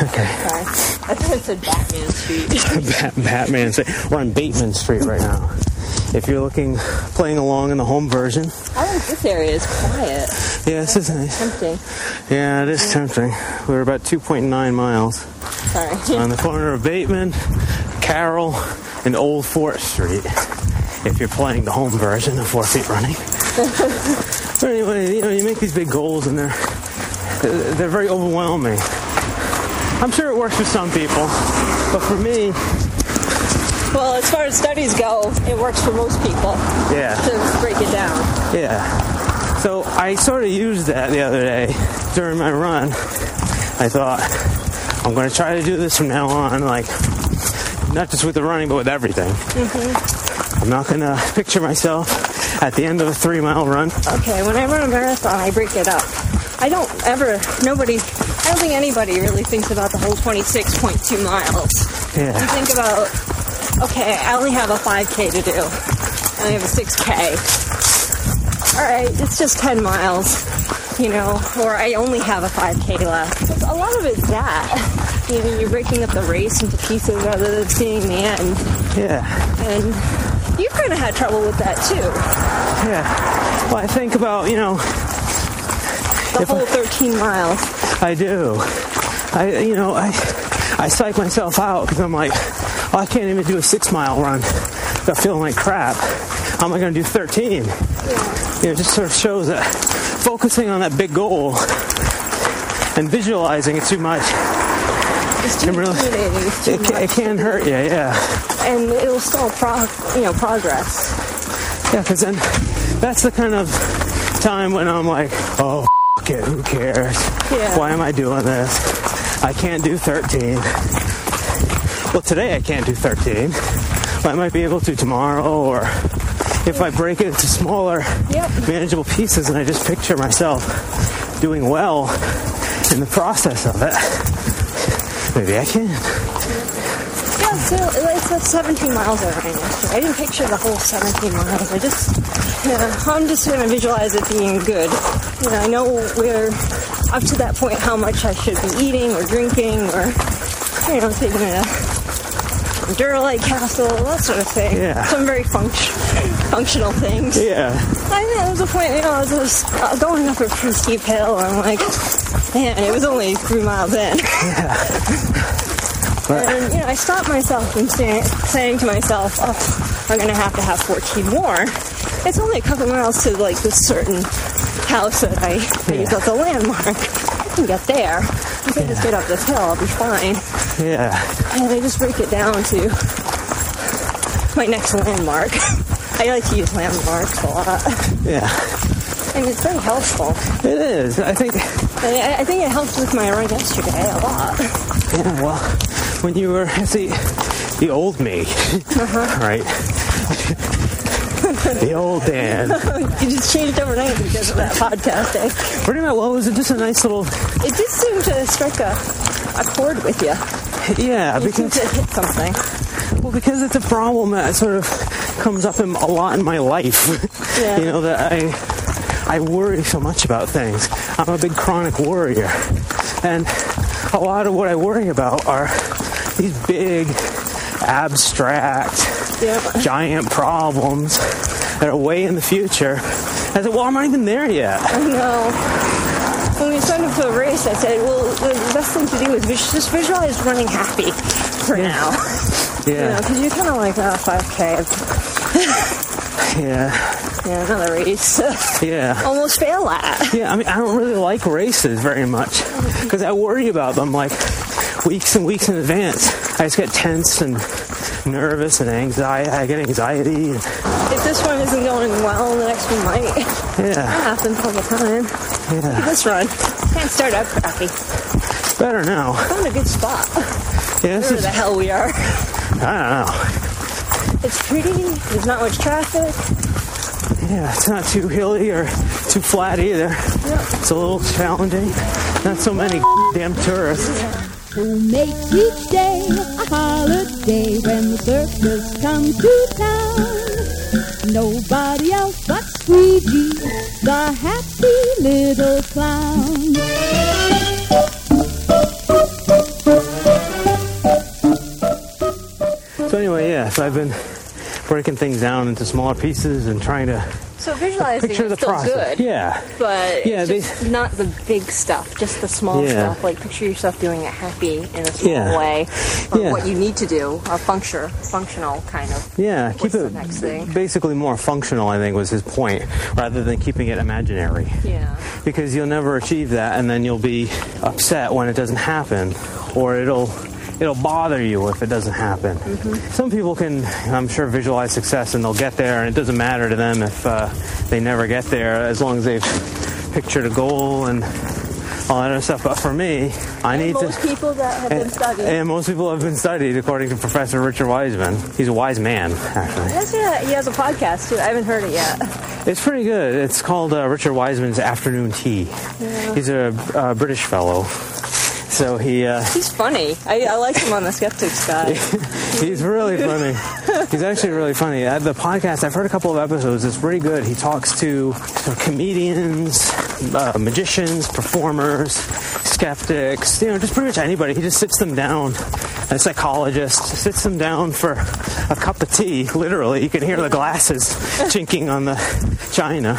[SPEAKER 5] Okay.
[SPEAKER 4] Sorry. I thought it said Batman Street.
[SPEAKER 5] Bat- Batman. Street. We're on Bateman Street right now. If you're looking, playing along in the home version,
[SPEAKER 4] I like this area. It's quiet,
[SPEAKER 5] yeah, this is nice.
[SPEAKER 4] tempting.
[SPEAKER 5] Yeah, it is tempting. We were about 2.9 miles
[SPEAKER 4] Sorry.
[SPEAKER 5] on the corner of Bateman, Carroll, and Old Fort Street. If you're playing the home version of Four Feet Running. but anyway, you know, you make these big goals and they're they're very overwhelming. I'm sure it works for some people, but for me,
[SPEAKER 4] Well, as far as studies go, it works for most people
[SPEAKER 5] yeah.
[SPEAKER 4] to break it down.
[SPEAKER 5] Yeah. So I sort of used that the other day during my run. I thought I'm going to try to do this from now on, like not just with the running, but with everything. I'm not going to picture myself at the end of a three-mile run.
[SPEAKER 4] Okay, when I run a marathon, I break it up. I don't ever, nobody, I don't think anybody really thinks about the whole 26.2 miles. You
[SPEAKER 5] Yeah.
[SPEAKER 4] think about, okay, I only have a 5K to do, I only have a 6K. All right, it's just 10 miles, you know, or I only have a 5K left. A lot of it's that. You know, you're breaking up the race into pieces rather than seeing the end.
[SPEAKER 5] Yeah.
[SPEAKER 4] and you kind of had trouble with that too.
[SPEAKER 5] Yeah. Well, I think about you know
[SPEAKER 4] The
[SPEAKER 5] If I-
[SPEAKER 4] whole 13 miles.
[SPEAKER 5] I do. I, you know, I, I psych myself out because I'm like, oh, I can't even do a six mile run. I'm feeling like crap. How am I going to do 13? You know, it just sort of shows that focusing on that big goal and visualizing it too much,
[SPEAKER 4] It's too
[SPEAKER 5] It really-
[SPEAKER 4] intimidating. It's too
[SPEAKER 5] it, ca- it
[SPEAKER 4] much.
[SPEAKER 5] can hurt you, yeah.
[SPEAKER 4] and it will stall pro- you know progress.
[SPEAKER 5] Yeah, because then that's the kind of time when I'm like, oh, f- it, who cares?
[SPEAKER 4] Yeah.
[SPEAKER 5] Why am I doing this? I can't do 13. Well, today I can't do 13. But I might be able to tomorrow, or if I break it into smaller,
[SPEAKER 4] Yep.
[SPEAKER 5] manageable pieces, and I just picture myself doing well in the process of it. Maybe I can.
[SPEAKER 4] Yeah, so it's like 17 miles I ran yesterday. I didn't picture the whole 17 miles. I just, you know, I'm just going to visualize it being good. You know, I know we're up to that point how much I should be eating or drinking or, you know, taking a Duralite capsule, that sort of thing.
[SPEAKER 5] Yeah.
[SPEAKER 4] Some very funct- functional things.
[SPEAKER 5] Yeah,
[SPEAKER 4] I mean, there was a point, you know, I was just uh, going up a pretty steep hill, and I'm like, man, it was only three miles in. and, you know, I stopped myself from saying, saying to myself, oh, I'm going to have to have 14 more. It's only a couple miles to, like, this certain house that I I use as a landmark. I can get there. If I just get up this hill, I'll be fine.
[SPEAKER 5] yeah.
[SPEAKER 4] And I just break it down to my next landmark. I like to use landmarks a lot.
[SPEAKER 5] Yeah,
[SPEAKER 4] And it's very helpful.
[SPEAKER 5] it is. I think
[SPEAKER 4] And I, I think it helped with my run yesterday a lot.
[SPEAKER 5] Yeah, well, when you were see the old me, right? the old Dan.
[SPEAKER 4] You just changed overnight because of that podcasting.
[SPEAKER 5] Pretty much. Well, it was just a nice little.
[SPEAKER 4] It did seem to strike a, a chord with you.
[SPEAKER 5] Yeah,
[SPEAKER 4] It seemed
[SPEAKER 5] because
[SPEAKER 4] to hit something.
[SPEAKER 5] well, because it's a problem that sort of comes up in, a lot in my life.
[SPEAKER 4] Yeah.
[SPEAKER 5] you know that I I worry so much about things. I'm a big chronic worrier, and a lot of what I worry about are these big, abstract,
[SPEAKER 4] Yeah.
[SPEAKER 5] giant problems that are way in the future. I said, well, I'm not even there yet.
[SPEAKER 4] I know. When we signed up for a race, I said, well, the best thing to do is vis- just visualize running happy for now. You know,
[SPEAKER 5] Yeah,
[SPEAKER 4] because you're kind of like, oh, 5K.
[SPEAKER 5] Yeah,
[SPEAKER 4] Yeah, another race.
[SPEAKER 5] yeah.
[SPEAKER 4] Almost fail at.
[SPEAKER 5] Yeah, I mean, I don't really like races very much because I worry about them like weeks and weeks in advance. I just get tense and nervous and anxiety. I get anxiety. And,
[SPEAKER 4] If this one isn't going well, the next one might. It
[SPEAKER 5] yeah,
[SPEAKER 4] happens all the time.
[SPEAKER 5] yeah.
[SPEAKER 4] This run. Can't start out crappy.
[SPEAKER 5] Better now.
[SPEAKER 4] Found a good spot.
[SPEAKER 5] Yeah, this
[SPEAKER 4] Where
[SPEAKER 5] is,
[SPEAKER 4] the
[SPEAKER 5] I
[SPEAKER 4] hell we are.
[SPEAKER 5] don't
[SPEAKER 4] It's pretty. There's not much traffic.
[SPEAKER 5] know. Yeah, it's not too hilly or too flat either. It's a little challenging. Not so many damn tourists.
[SPEAKER 7] We'll make each day a holiday when the circus comes to town. Nobody else but Squeegee, the happy little clown.
[SPEAKER 5] So anyway, yeah, so I've been breaking things down into smaller pieces and trying to
[SPEAKER 4] So visualizing
[SPEAKER 5] picture
[SPEAKER 4] is
[SPEAKER 5] the
[SPEAKER 4] still
[SPEAKER 5] process.
[SPEAKER 4] good,
[SPEAKER 5] Yeah.
[SPEAKER 4] but
[SPEAKER 5] Yeah,
[SPEAKER 4] it's
[SPEAKER 5] they-
[SPEAKER 4] just not the big stuff, just the small
[SPEAKER 5] Yeah.
[SPEAKER 4] stuff. Like picture yourself doing it happy in a small
[SPEAKER 5] Yeah.
[SPEAKER 4] way, or
[SPEAKER 5] Yeah.
[SPEAKER 4] what you need to do, or function, functional kind of.
[SPEAKER 5] Yeah, keep
[SPEAKER 4] What's the
[SPEAKER 5] it
[SPEAKER 4] next thing?
[SPEAKER 5] basically more functional, I think was his point, rather than keeping it imaginary.
[SPEAKER 4] Yeah,
[SPEAKER 5] Because you'll never achieve that and then you'll be upset when it doesn't happen or it'll it'll bother you if it doesn't happen.
[SPEAKER 4] Mm-hmm.
[SPEAKER 5] Some people can I'm sure visualize success and they'll get there and it doesn't matter to them if uh, they never get there as long as they've pictured a goal and all that other stuff. But for me, I need to
[SPEAKER 4] most people that have
[SPEAKER 5] Eh,
[SPEAKER 4] been studied.
[SPEAKER 5] and most people have been studied, according to Professor Richard Wiseman. He's a wise man, actually.
[SPEAKER 4] That's yeah, he has a podcast too. I haven't heard it yet.
[SPEAKER 5] It's pretty good. It's called uh, Richard Wiseman's Afternoon Tea. He's a uh, British fellow. So he uh,
[SPEAKER 4] He's funny. I, I like him on the Skeptics guy.
[SPEAKER 5] he's really funny. He's actually really funny. Uh, the podcast I've heard a couple of episodes. It's pretty good. He talks to sort of comedians, uh, magicians, performers, skeptics. You know, just pretty much anybody. He just sits them down. A psychologist sits them down for a cup of tea. Literally, you can hear the glasses chinking on the china,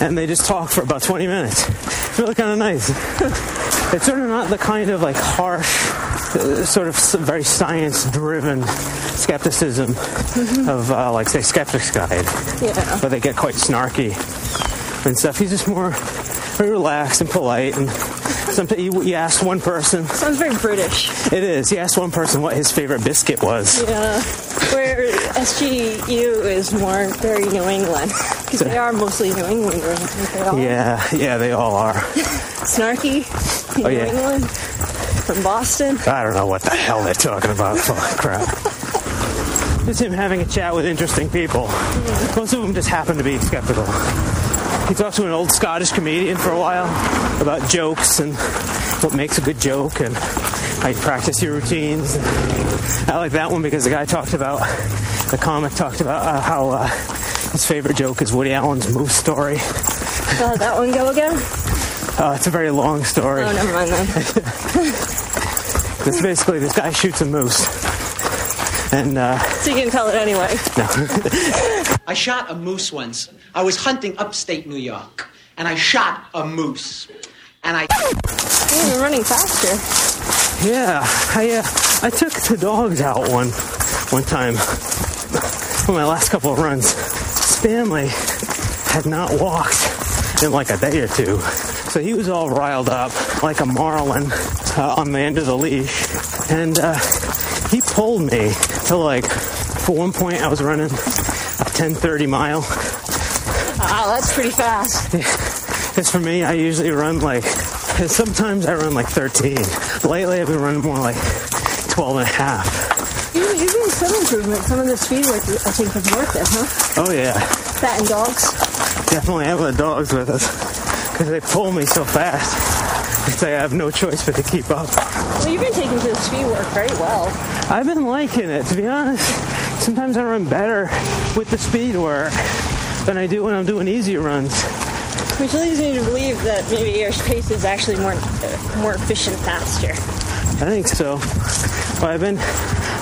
[SPEAKER 5] and they just talk for about 20 minutes. It's really kind of nice it's sort of not the kind of like harsh uh, sort of s- very science driven skepticism of uh, like say skeptics guide
[SPEAKER 4] Yeah.
[SPEAKER 5] but they get quite snarky and stuff he's just more very relaxed and polite and sometimes you, you ask one person
[SPEAKER 4] Sounds very British.
[SPEAKER 5] it is you ask one person what his favorite biscuit was
[SPEAKER 4] Yeah. Where SGU is more very New England. Because they are mostly New Englanders. I think they all
[SPEAKER 5] yeah yeah they all are
[SPEAKER 4] snarky. New
[SPEAKER 5] Oh, yeah.
[SPEAKER 4] England. From Boston.
[SPEAKER 5] I don't know what the hell they're talking about. Fuck crap. Just him having a chat with interesting people. Most of them just happen to be skeptical. He talked to an old Scottish comedian for a while about jokes and what makes a good joke and how you practice your routines. I like that one because the guy talked about, the comic talked about uh, how uh, his favorite joke is Woody Allen's moose story.
[SPEAKER 4] Uh, that one go again?
[SPEAKER 5] Uh, it's a very long story.
[SPEAKER 4] Oh, never mind then.
[SPEAKER 5] It's basically this guy shoots a moose. And uh,
[SPEAKER 4] So you can tell it anyway.
[SPEAKER 8] I shot a moose once. I was hunting upstate New York, and I shot a moose. And I.
[SPEAKER 4] You're even running faster.
[SPEAKER 5] Yeah, I uh, I took the dogs out one one time on my last couple of runs. Stanley had not walked in like a day or two, so he was all riled up like a marlin uh, on the end of the leash, and uh, he pulled me to like. For one point, I was running a 10, 30 mile.
[SPEAKER 4] Wow, Ah, that's pretty fast.
[SPEAKER 5] As for me, I usually run like, and sometimes I run like 13. Lately, I've been running more like 12 and a half.
[SPEAKER 4] You, you're doing some improvement. Some of the speed work, I think, was worth it, huh?
[SPEAKER 5] Oh yeah,
[SPEAKER 4] That and dogs.
[SPEAKER 5] definitely have the dogs with us because they pull me so fast. It's like I have no choice but to keep up.
[SPEAKER 4] Well, you've been taking to the speed work very well.
[SPEAKER 5] I've been liking it to be honest. Sometimes I run better with the speed work than I do when I'm doing easy runs.
[SPEAKER 4] Which leads me to believe that maybe your pace is actually more uh, more efficient, faster.
[SPEAKER 5] I think so. But I've been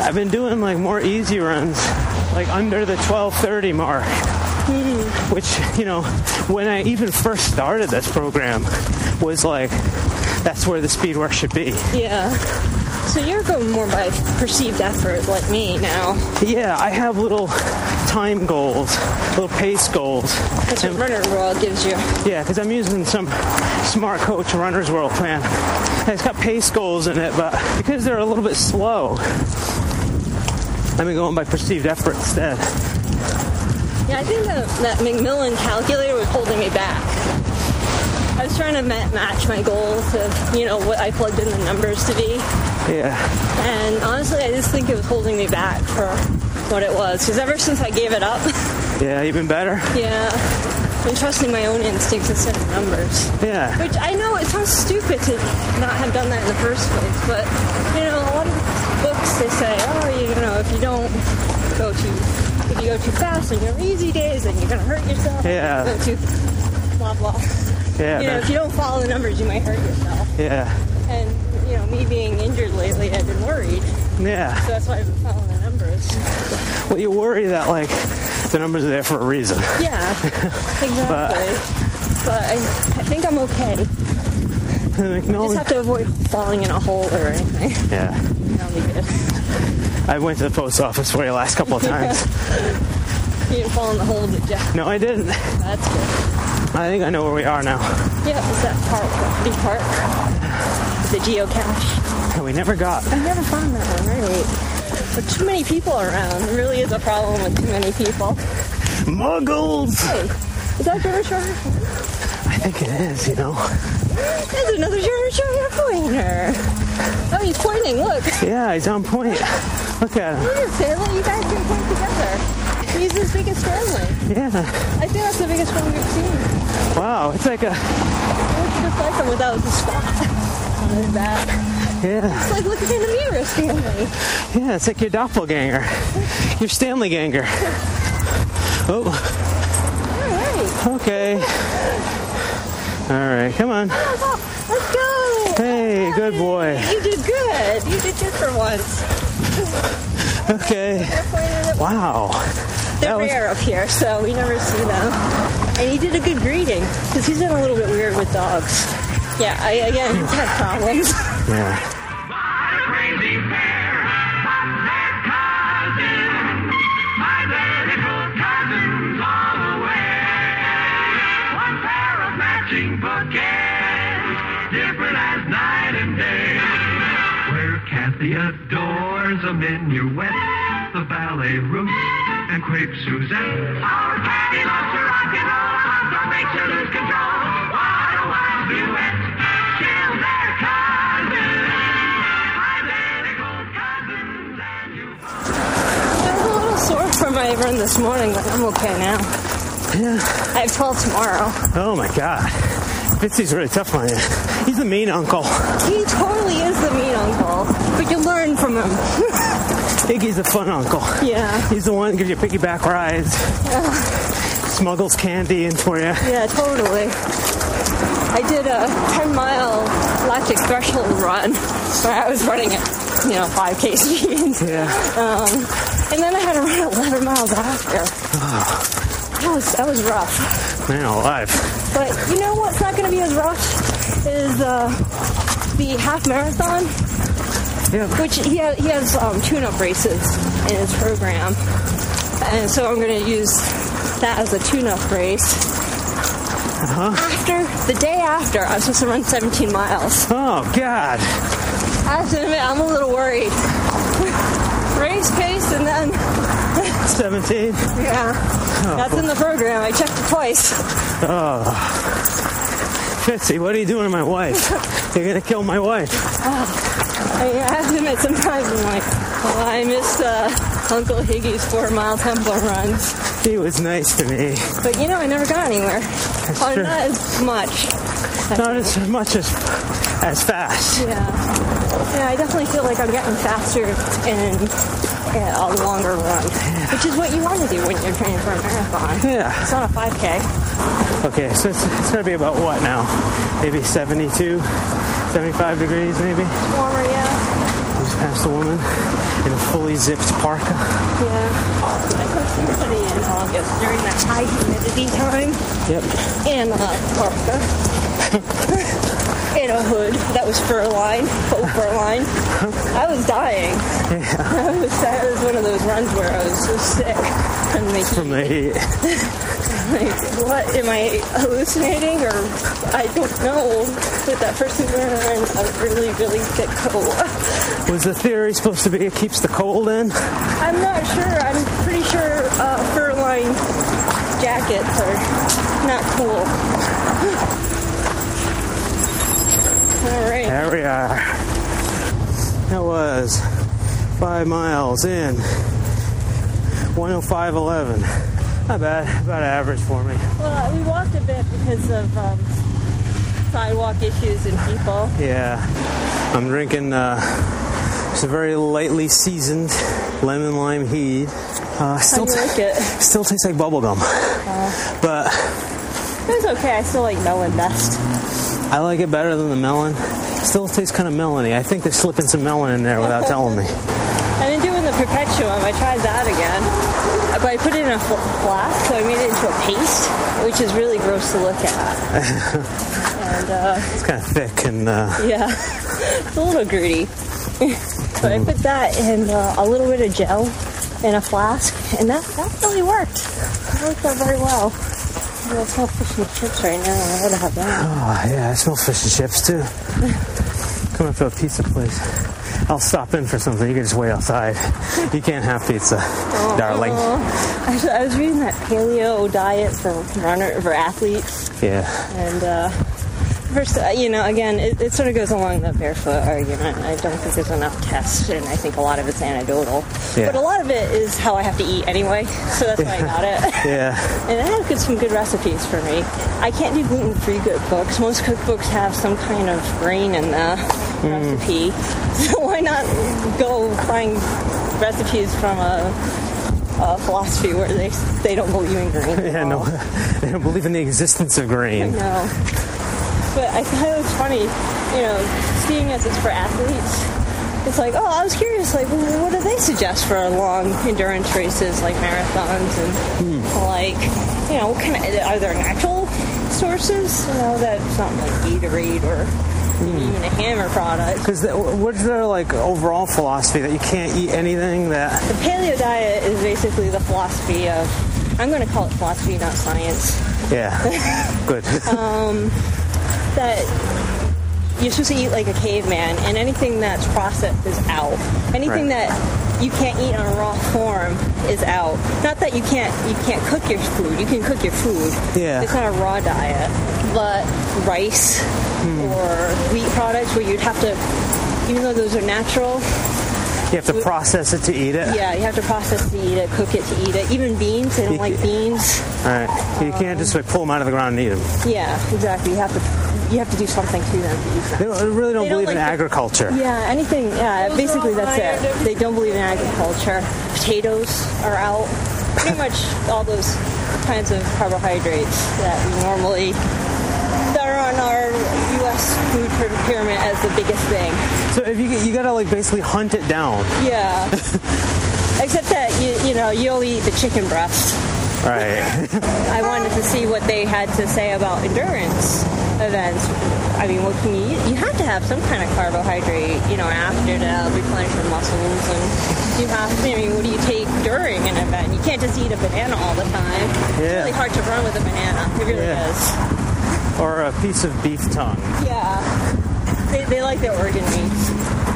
[SPEAKER 5] I've been doing like more easy runs, like under the 12:30 mark. Which you know, when I even first started this program, was like that's where the speed work should be.
[SPEAKER 4] Yeah. So you're going more by perceived effort, like me now.
[SPEAKER 5] Yeah, I have little time goals, little pace goals.
[SPEAKER 4] That's what
[SPEAKER 5] And-
[SPEAKER 4] Runner World gives you.
[SPEAKER 5] yeah, because I'm using some Smart Coach Runner's World plan. And it's got pace goals in it, but because they're a little bit slow, I've been going by perceived effort instead.
[SPEAKER 4] Yeah, I think that, that Macmillan calculator was holding me back. I was trying to ma- match my goal to, you know, what I plugged in the numbers to be.
[SPEAKER 5] Yeah,
[SPEAKER 4] And honestly, I just think it was holding me back for what it was. Because ever since I gave it up,
[SPEAKER 5] yeah, even better.
[SPEAKER 4] yeah, I've been trusting my own instincts instead of numbers.
[SPEAKER 5] Yeah.
[SPEAKER 4] Which I know it sounds stupid to not have done that in the first place, but you know, a lot of books they say, oh, you know, if you don't go too, if you go too fast on your easy days, then you're gonna hurt yourself.
[SPEAKER 5] Yeah.
[SPEAKER 4] If you Go too blah blah.
[SPEAKER 5] Yeah,
[SPEAKER 4] you know, if
[SPEAKER 5] man.
[SPEAKER 4] you don't follow the numbers, you might hurt yourself.
[SPEAKER 5] yeah,
[SPEAKER 4] And you know, me being injured lately, I've been worried,
[SPEAKER 5] yeah.
[SPEAKER 4] so that's why I've been following the numbers.
[SPEAKER 5] Well, you worry that like the numbers are there for a reason.
[SPEAKER 4] Yeah, exactly. But, I, I think I'm okay.
[SPEAKER 5] Like, no,
[SPEAKER 4] Just have to avoid falling in a hole or anything.
[SPEAKER 5] yeah.
[SPEAKER 4] That'll be good.
[SPEAKER 5] I went to the post office for you last couple of times.
[SPEAKER 4] You didn't fall in the hole, did you?
[SPEAKER 5] no, I didn't.
[SPEAKER 4] That's good.
[SPEAKER 5] I think I know where we are now.
[SPEAKER 4] Yeah, it was that park, the park. The geocache.
[SPEAKER 5] We never got.
[SPEAKER 4] I never found that one, right? But too many people around. There really is a problem with too many people.
[SPEAKER 5] Muggles!
[SPEAKER 4] Hey, is that River Shore?
[SPEAKER 5] I think it is, you know.
[SPEAKER 4] There's another River Shore pointer. Oh, he's pointing, look.
[SPEAKER 5] Yeah, he's on point. Look at him.
[SPEAKER 4] Look at Taylor, you guys can point together. He's his biggest family.
[SPEAKER 5] Yeah.
[SPEAKER 4] I think that's the biggest one we've seen.
[SPEAKER 5] Wow, it's like a
[SPEAKER 4] Looks just like him without the spot on his back.
[SPEAKER 5] yeah,
[SPEAKER 4] It's like looking in the mirror, Stanley.
[SPEAKER 5] yeah. It's like your doppelganger, your Stanley ganger. Oh,
[SPEAKER 4] All right.
[SPEAKER 5] okay. All right, come on.
[SPEAKER 4] Let's go.
[SPEAKER 5] Hey, good boy.
[SPEAKER 4] You did good. You did good for once.
[SPEAKER 5] Okay.
[SPEAKER 4] They're pointed at-
[SPEAKER 5] Wow.
[SPEAKER 4] They're
[SPEAKER 5] that was-
[SPEAKER 4] rare up here, so we never see them. And he did a good greeting because he's been a little bit weird with dogs. Yeah, I, again, he's had problems.
[SPEAKER 5] Yeah.
[SPEAKER 9] Adores a minuet, the ballet route, and crepe Suzette. Our Patty loves her rock and roll, hot dog makes her lose control. What a wild duet!
[SPEAKER 4] I
[SPEAKER 9] She'll their cousins, identical cousins, and you.
[SPEAKER 4] was a little sore from my run this morning, but I'm okay now. I have 12 tomorrow.
[SPEAKER 5] Oh my God. Fitzy's really tough on you. He's the mean uncle.
[SPEAKER 4] He totally is the mean uncle, but you learn from him.
[SPEAKER 5] Iggy's the fun uncle.
[SPEAKER 4] yeah,
[SPEAKER 5] He's the one that gives you piggyback rides, smuggles candy in for you.
[SPEAKER 4] yeah, totally. I did a 10 mile lactic threshold run where I was running at, you know, 5k speeds.
[SPEAKER 5] Yeah.
[SPEAKER 4] Um, and then I had to run 11 miles after. That was that was rough.
[SPEAKER 5] Man alive.
[SPEAKER 4] But you know what's not going to be as rough is uh, the half marathon,
[SPEAKER 5] Yeah.
[SPEAKER 4] which he has, he has um, tune-up races in his program, and so I'm going to use that as a tune-up race. After the day after, I'm supposed to run 17 miles.
[SPEAKER 5] Oh God.
[SPEAKER 4] I have to admit, I'm a little worried. Race pace, and then
[SPEAKER 5] 17.
[SPEAKER 4] yeah, that's in the program. I checked it twice.
[SPEAKER 5] Fitzy, what are you doing to my wife? You're gonna kill my wife.
[SPEAKER 4] I mean, I have to admit, sometimes I'm like, oh, I missed uh, Uncle Higgy's four mile tempo runs.
[SPEAKER 5] He was nice to me.
[SPEAKER 4] But you know, I never got anywhere. Oh,
[SPEAKER 5] true.
[SPEAKER 4] not as much.
[SPEAKER 5] Not as much as as fast.
[SPEAKER 4] Yeah. Yeah, I definitely feel like I'm getting faster in uh, a longer run, which is what you want to do when you're training for a marathon.
[SPEAKER 5] Yeah.
[SPEAKER 4] It's not a 5K.
[SPEAKER 5] Okay, so it's, it's gonna be about what now? Maybe 72, 75 degrees maybe?
[SPEAKER 4] It's warmer, yeah.
[SPEAKER 5] Just past a woman in a fully zipped parka.
[SPEAKER 4] Yeah. I coached somebody in August during that high humidity time
[SPEAKER 5] Yep.
[SPEAKER 4] in a parka. in a hood that was fur lined, full fur lined. I was dying. That was, that was one of those runs where I was so sick. and make
[SPEAKER 5] from the heat.
[SPEAKER 4] like, what am I hallucinating or I don't know. But that person's wearing a really, really thick coat.
[SPEAKER 5] Was the theory supposed to be it keeps the cold in?
[SPEAKER 4] I'm not sure. I'm pretty sure uh, fur lined jackets are not cool. All right.
[SPEAKER 5] There we are. That was five miles in. 105.11. Not bad. About average for me.
[SPEAKER 4] Well, we walked a bit because of um, sidewalk issues and people.
[SPEAKER 5] Yeah. I'm drinking uh, it's a very lightly seasoned lemon lime heat. Uh,
[SPEAKER 4] I
[SPEAKER 5] still, t-
[SPEAKER 4] like it.
[SPEAKER 5] still tastes like bubblegum. But
[SPEAKER 4] It was okay. I still like melon best.
[SPEAKER 5] I like it better than the melon. Still tastes kind of melony. I think they're slipping some melon in there without telling me.
[SPEAKER 4] I've been doing the perpetuum. I tried that again, but I put it in a fl- flask, so I made it into a paste, which is really gross to look at. and uh,
[SPEAKER 5] It's kind of thick and uh,
[SPEAKER 4] yeah, it's a little gritty. but I put that in uh, a little bit of gel in a flask, and that, that really worked. It worked out very well. I'm gonna smell fish and chips right now. I gotta have that.
[SPEAKER 5] oh yeah, I smell fish and chips too. Come up to a pizza place. I'll stop in for something. You can just wait outside. You can't have pizza, darling.
[SPEAKER 4] Oh, I, was- I was reading that paleo diet for runner for athletes.
[SPEAKER 5] Yeah.
[SPEAKER 4] And uh, first, uh, you know, again, it, it sort of goes along the barefoot argument. I don't think there's enough tests, and I think a lot of it's anecdotal.
[SPEAKER 5] Yeah.
[SPEAKER 4] But a lot of it is how I have to eat anyway, so that's why I got it.
[SPEAKER 5] Yeah.
[SPEAKER 4] And I have good, some good recipes for me. I can't do gluten-free cookbooks. Most cookbooks have some kind of grain in the
[SPEAKER 5] Mm.
[SPEAKER 4] recipe, so why not go find recipes from a, a philosophy where they they don't believe in grain? at
[SPEAKER 5] Yeah,
[SPEAKER 4] all.
[SPEAKER 5] no. They don't believe in the existence of grain.
[SPEAKER 4] No. But I thought it was funny, you know, seeing as it's for athletes. It's like, oh, I was curious, like, well, what do they suggest for long endurance races, like marathons and like, you know, what kind of, are there natural sources? You know, that's not like Gatorade or even a hammer product.
[SPEAKER 5] Because what's their like overall philosophy that you can't eat anything that?
[SPEAKER 4] The paleo diet is basically the philosophy of, I'm going to call it philosophy, not science.
[SPEAKER 5] Yeah, good.
[SPEAKER 4] Uh, that you're supposed to eat like a caveman, and anything that's processed is out. Anything
[SPEAKER 5] Right.
[SPEAKER 4] that you can't eat in a raw form is out. Not that you can't you can't cook your food. You can cook your food.
[SPEAKER 5] Yeah.
[SPEAKER 4] It's not a raw diet, but rice
[SPEAKER 5] Hmm.
[SPEAKER 4] or wheat products where you'd have to, even though those are natural,
[SPEAKER 5] you have to process it to eat it.
[SPEAKER 4] yeah, you have to process to eat it, cook it to eat it. Even beans, they don't
[SPEAKER 5] You
[SPEAKER 4] like
[SPEAKER 5] ca-
[SPEAKER 4] beans.
[SPEAKER 5] All right, you can't just like pull them out of the ground and eat them.
[SPEAKER 4] Yeah, exactly. You have to you have to do something to them to eat them.
[SPEAKER 5] They, don't, they really don't
[SPEAKER 4] They don't
[SPEAKER 5] believe in
[SPEAKER 4] like the-
[SPEAKER 5] agriculture.
[SPEAKER 4] Yeah, anything. Yeah, basically that's it. They don't believe in agriculture. Potatoes are out. Pretty much all those kinds of carbohydrates that we normally that are on our U.S. food pyramid as the biggest thing.
[SPEAKER 5] So if you you gotta like basically hunt it down.
[SPEAKER 4] Yeah. Except that you you know you only eat the chicken breast.
[SPEAKER 5] Right.
[SPEAKER 4] I wanted to see what they had to say about endurance events. I mean, what can you eat? You have to have some kind of carbohydrate, you know, after to replenish your muscles, and you have. I mean, what do you take during an event? You can't just eat a banana all the time. It's
[SPEAKER 5] Yeah.
[SPEAKER 4] really hard to run with a banana. It really
[SPEAKER 5] Yeah.
[SPEAKER 4] is.
[SPEAKER 5] or a piece of beef tongue.
[SPEAKER 4] Yeah, they, they like their organ meats.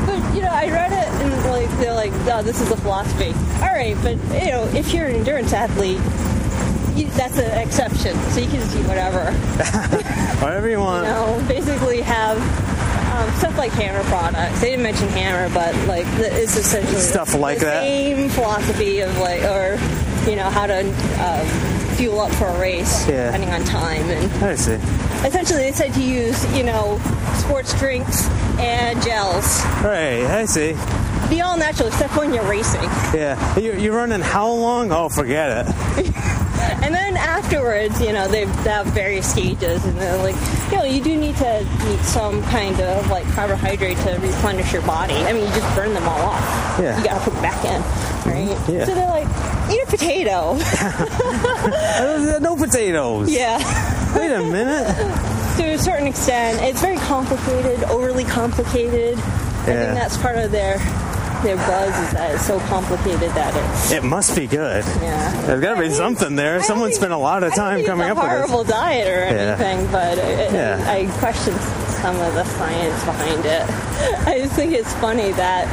[SPEAKER 4] But you know, I read it and like they're like, oh, this is a philosophy. All right, but you know, if you're an endurance athlete. You, that's an exception, so you can just eat whatever.
[SPEAKER 5] Whatever you want.
[SPEAKER 4] you know, basically have um, stuff like hammer products. They didn't mention hammer, but like the- it's essentially
[SPEAKER 5] Stuff like
[SPEAKER 4] the
[SPEAKER 5] that.
[SPEAKER 4] Same philosophy of like, or you know, how to um, fuel up for a race
[SPEAKER 5] Yeah.
[SPEAKER 4] depending on time, and
[SPEAKER 5] I see.
[SPEAKER 4] essentially they said to use you know sports drinks and gels.
[SPEAKER 5] Right. I see.
[SPEAKER 4] Be all natural except when you're racing.
[SPEAKER 5] Yeah. You you running how long? Oh, forget it.
[SPEAKER 4] And then afterwards, you know, they they have various stages, and then like, you know, you do need to eat some kind of like carbohydrate to replenish your body. I mean, you just burn them all off.
[SPEAKER 5] Yeah. Mm-hmm.
[SPEAKER 4] You gotta put them back in, right?
[SPEAKER 5] Yeah.
[SPEAKER 4] So they're like, eat a potato.
[SPEAKER 5] Uh, No potatoes.
[SPEAKER 4] yeah.
[SPEAKER 5] Wait a minute.
[SPEAKER 4] to a certain extent, it's very complicated, overly complicated. I
[SPEAKER 5] Yeah.
[SPEAKER 4] think that's part of their their buzz is that it's so complicated that it's
[SPEAKER 5] It must be good.
[SPEAKER 4] yeah.
[SPEAKER 5] There's got to be something there.
[SPEAKER 4] I don't
[SPEAKER 5] Someone
[SPEAKER 4] think-
[SPEAKER 5] spent a lot of
[SPEAKER 4] I
[SPEAKER 5] time
[SPEAKER 4] don't think
[SPEAKER 5] coming up
[SPEAKER 4] it's a
[SPEAKER 5] with this.
[SPEAKER 4] horrible diet or
[SPEAKER 5] Yeah.
[SPEAKER 4] anything, but it,
[SPEAKER 5] Yeah.
[SPEAKER 4] I question some of the science behind it. I just think it's funny that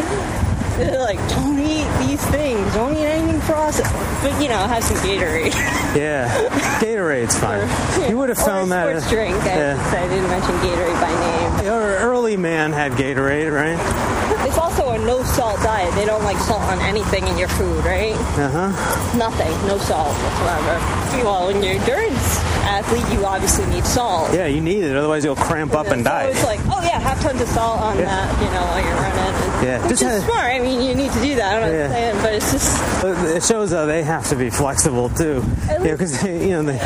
[SPEAKER 4] they're like, don't eat these things, don't eat anything processed, but you know, have some Gatorade.
[SPEAKER 5] Yeah, Gatorade's fine. You would have found
[SPEAKER 4] or a
[SPEAKER 5] that.
[SPEAKER 4] sports drink. I,
[SPEAKER 5] yeah.
[SPEAKER 4] I didn't mention Gatorade by name.
[SPEAKER 5] Your early man had Gatorade, right?
[SPEAKER 4] It's also a no salt diet. They don't like salt on anything in your food, right?
[SPEAKER 5] Uh huh.
[SPEAKER 4] Nothing, no salt whatsoever. Well, when you're an endurance athlete, you obviously need salt.
[SPEAKER 5] Yeah, you need it, otherwise you'll cramp up and
[SPEAKER 4] so
[SPEAKER 5] die.
[SPEAKER 4] It's like, oh yeah, have tons of salt on
[SPEAKER 5] Yeah.
[SPEAKER 4] that, you know, while you're running.
[SPEAKER 5] Yeah,
[SPEAKER 4] Which
[SPEAKER 5] just
[SPEAKER 4] is
[SPEAKER 5] had-
[SPEAKER 4] smart. I mean, you need to do that. I'm not
[SPEAKER 5] Yeah.
[SPEAKER 4] saying, but it's just
[SPEAKER 5] But It shows how they have to be flexible too,
[SPEAKER 4] At
[SPEAKER 5] you because they, you know, they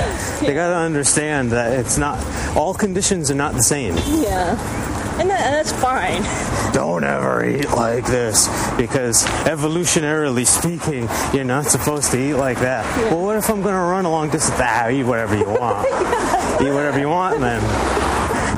[SPEAKER 5] they got to understand that it's not all conditions are not the same.
[SPEAKER 4] yeah, and, that, and that's fine.
[SPEAKER 5] Don't ever eat like this because evolutionarily speaking, you're not supposed to eat like that. Well, what if I'm gonna run a long distance? Ah, eat whatever you want. Eat whatever you want, then.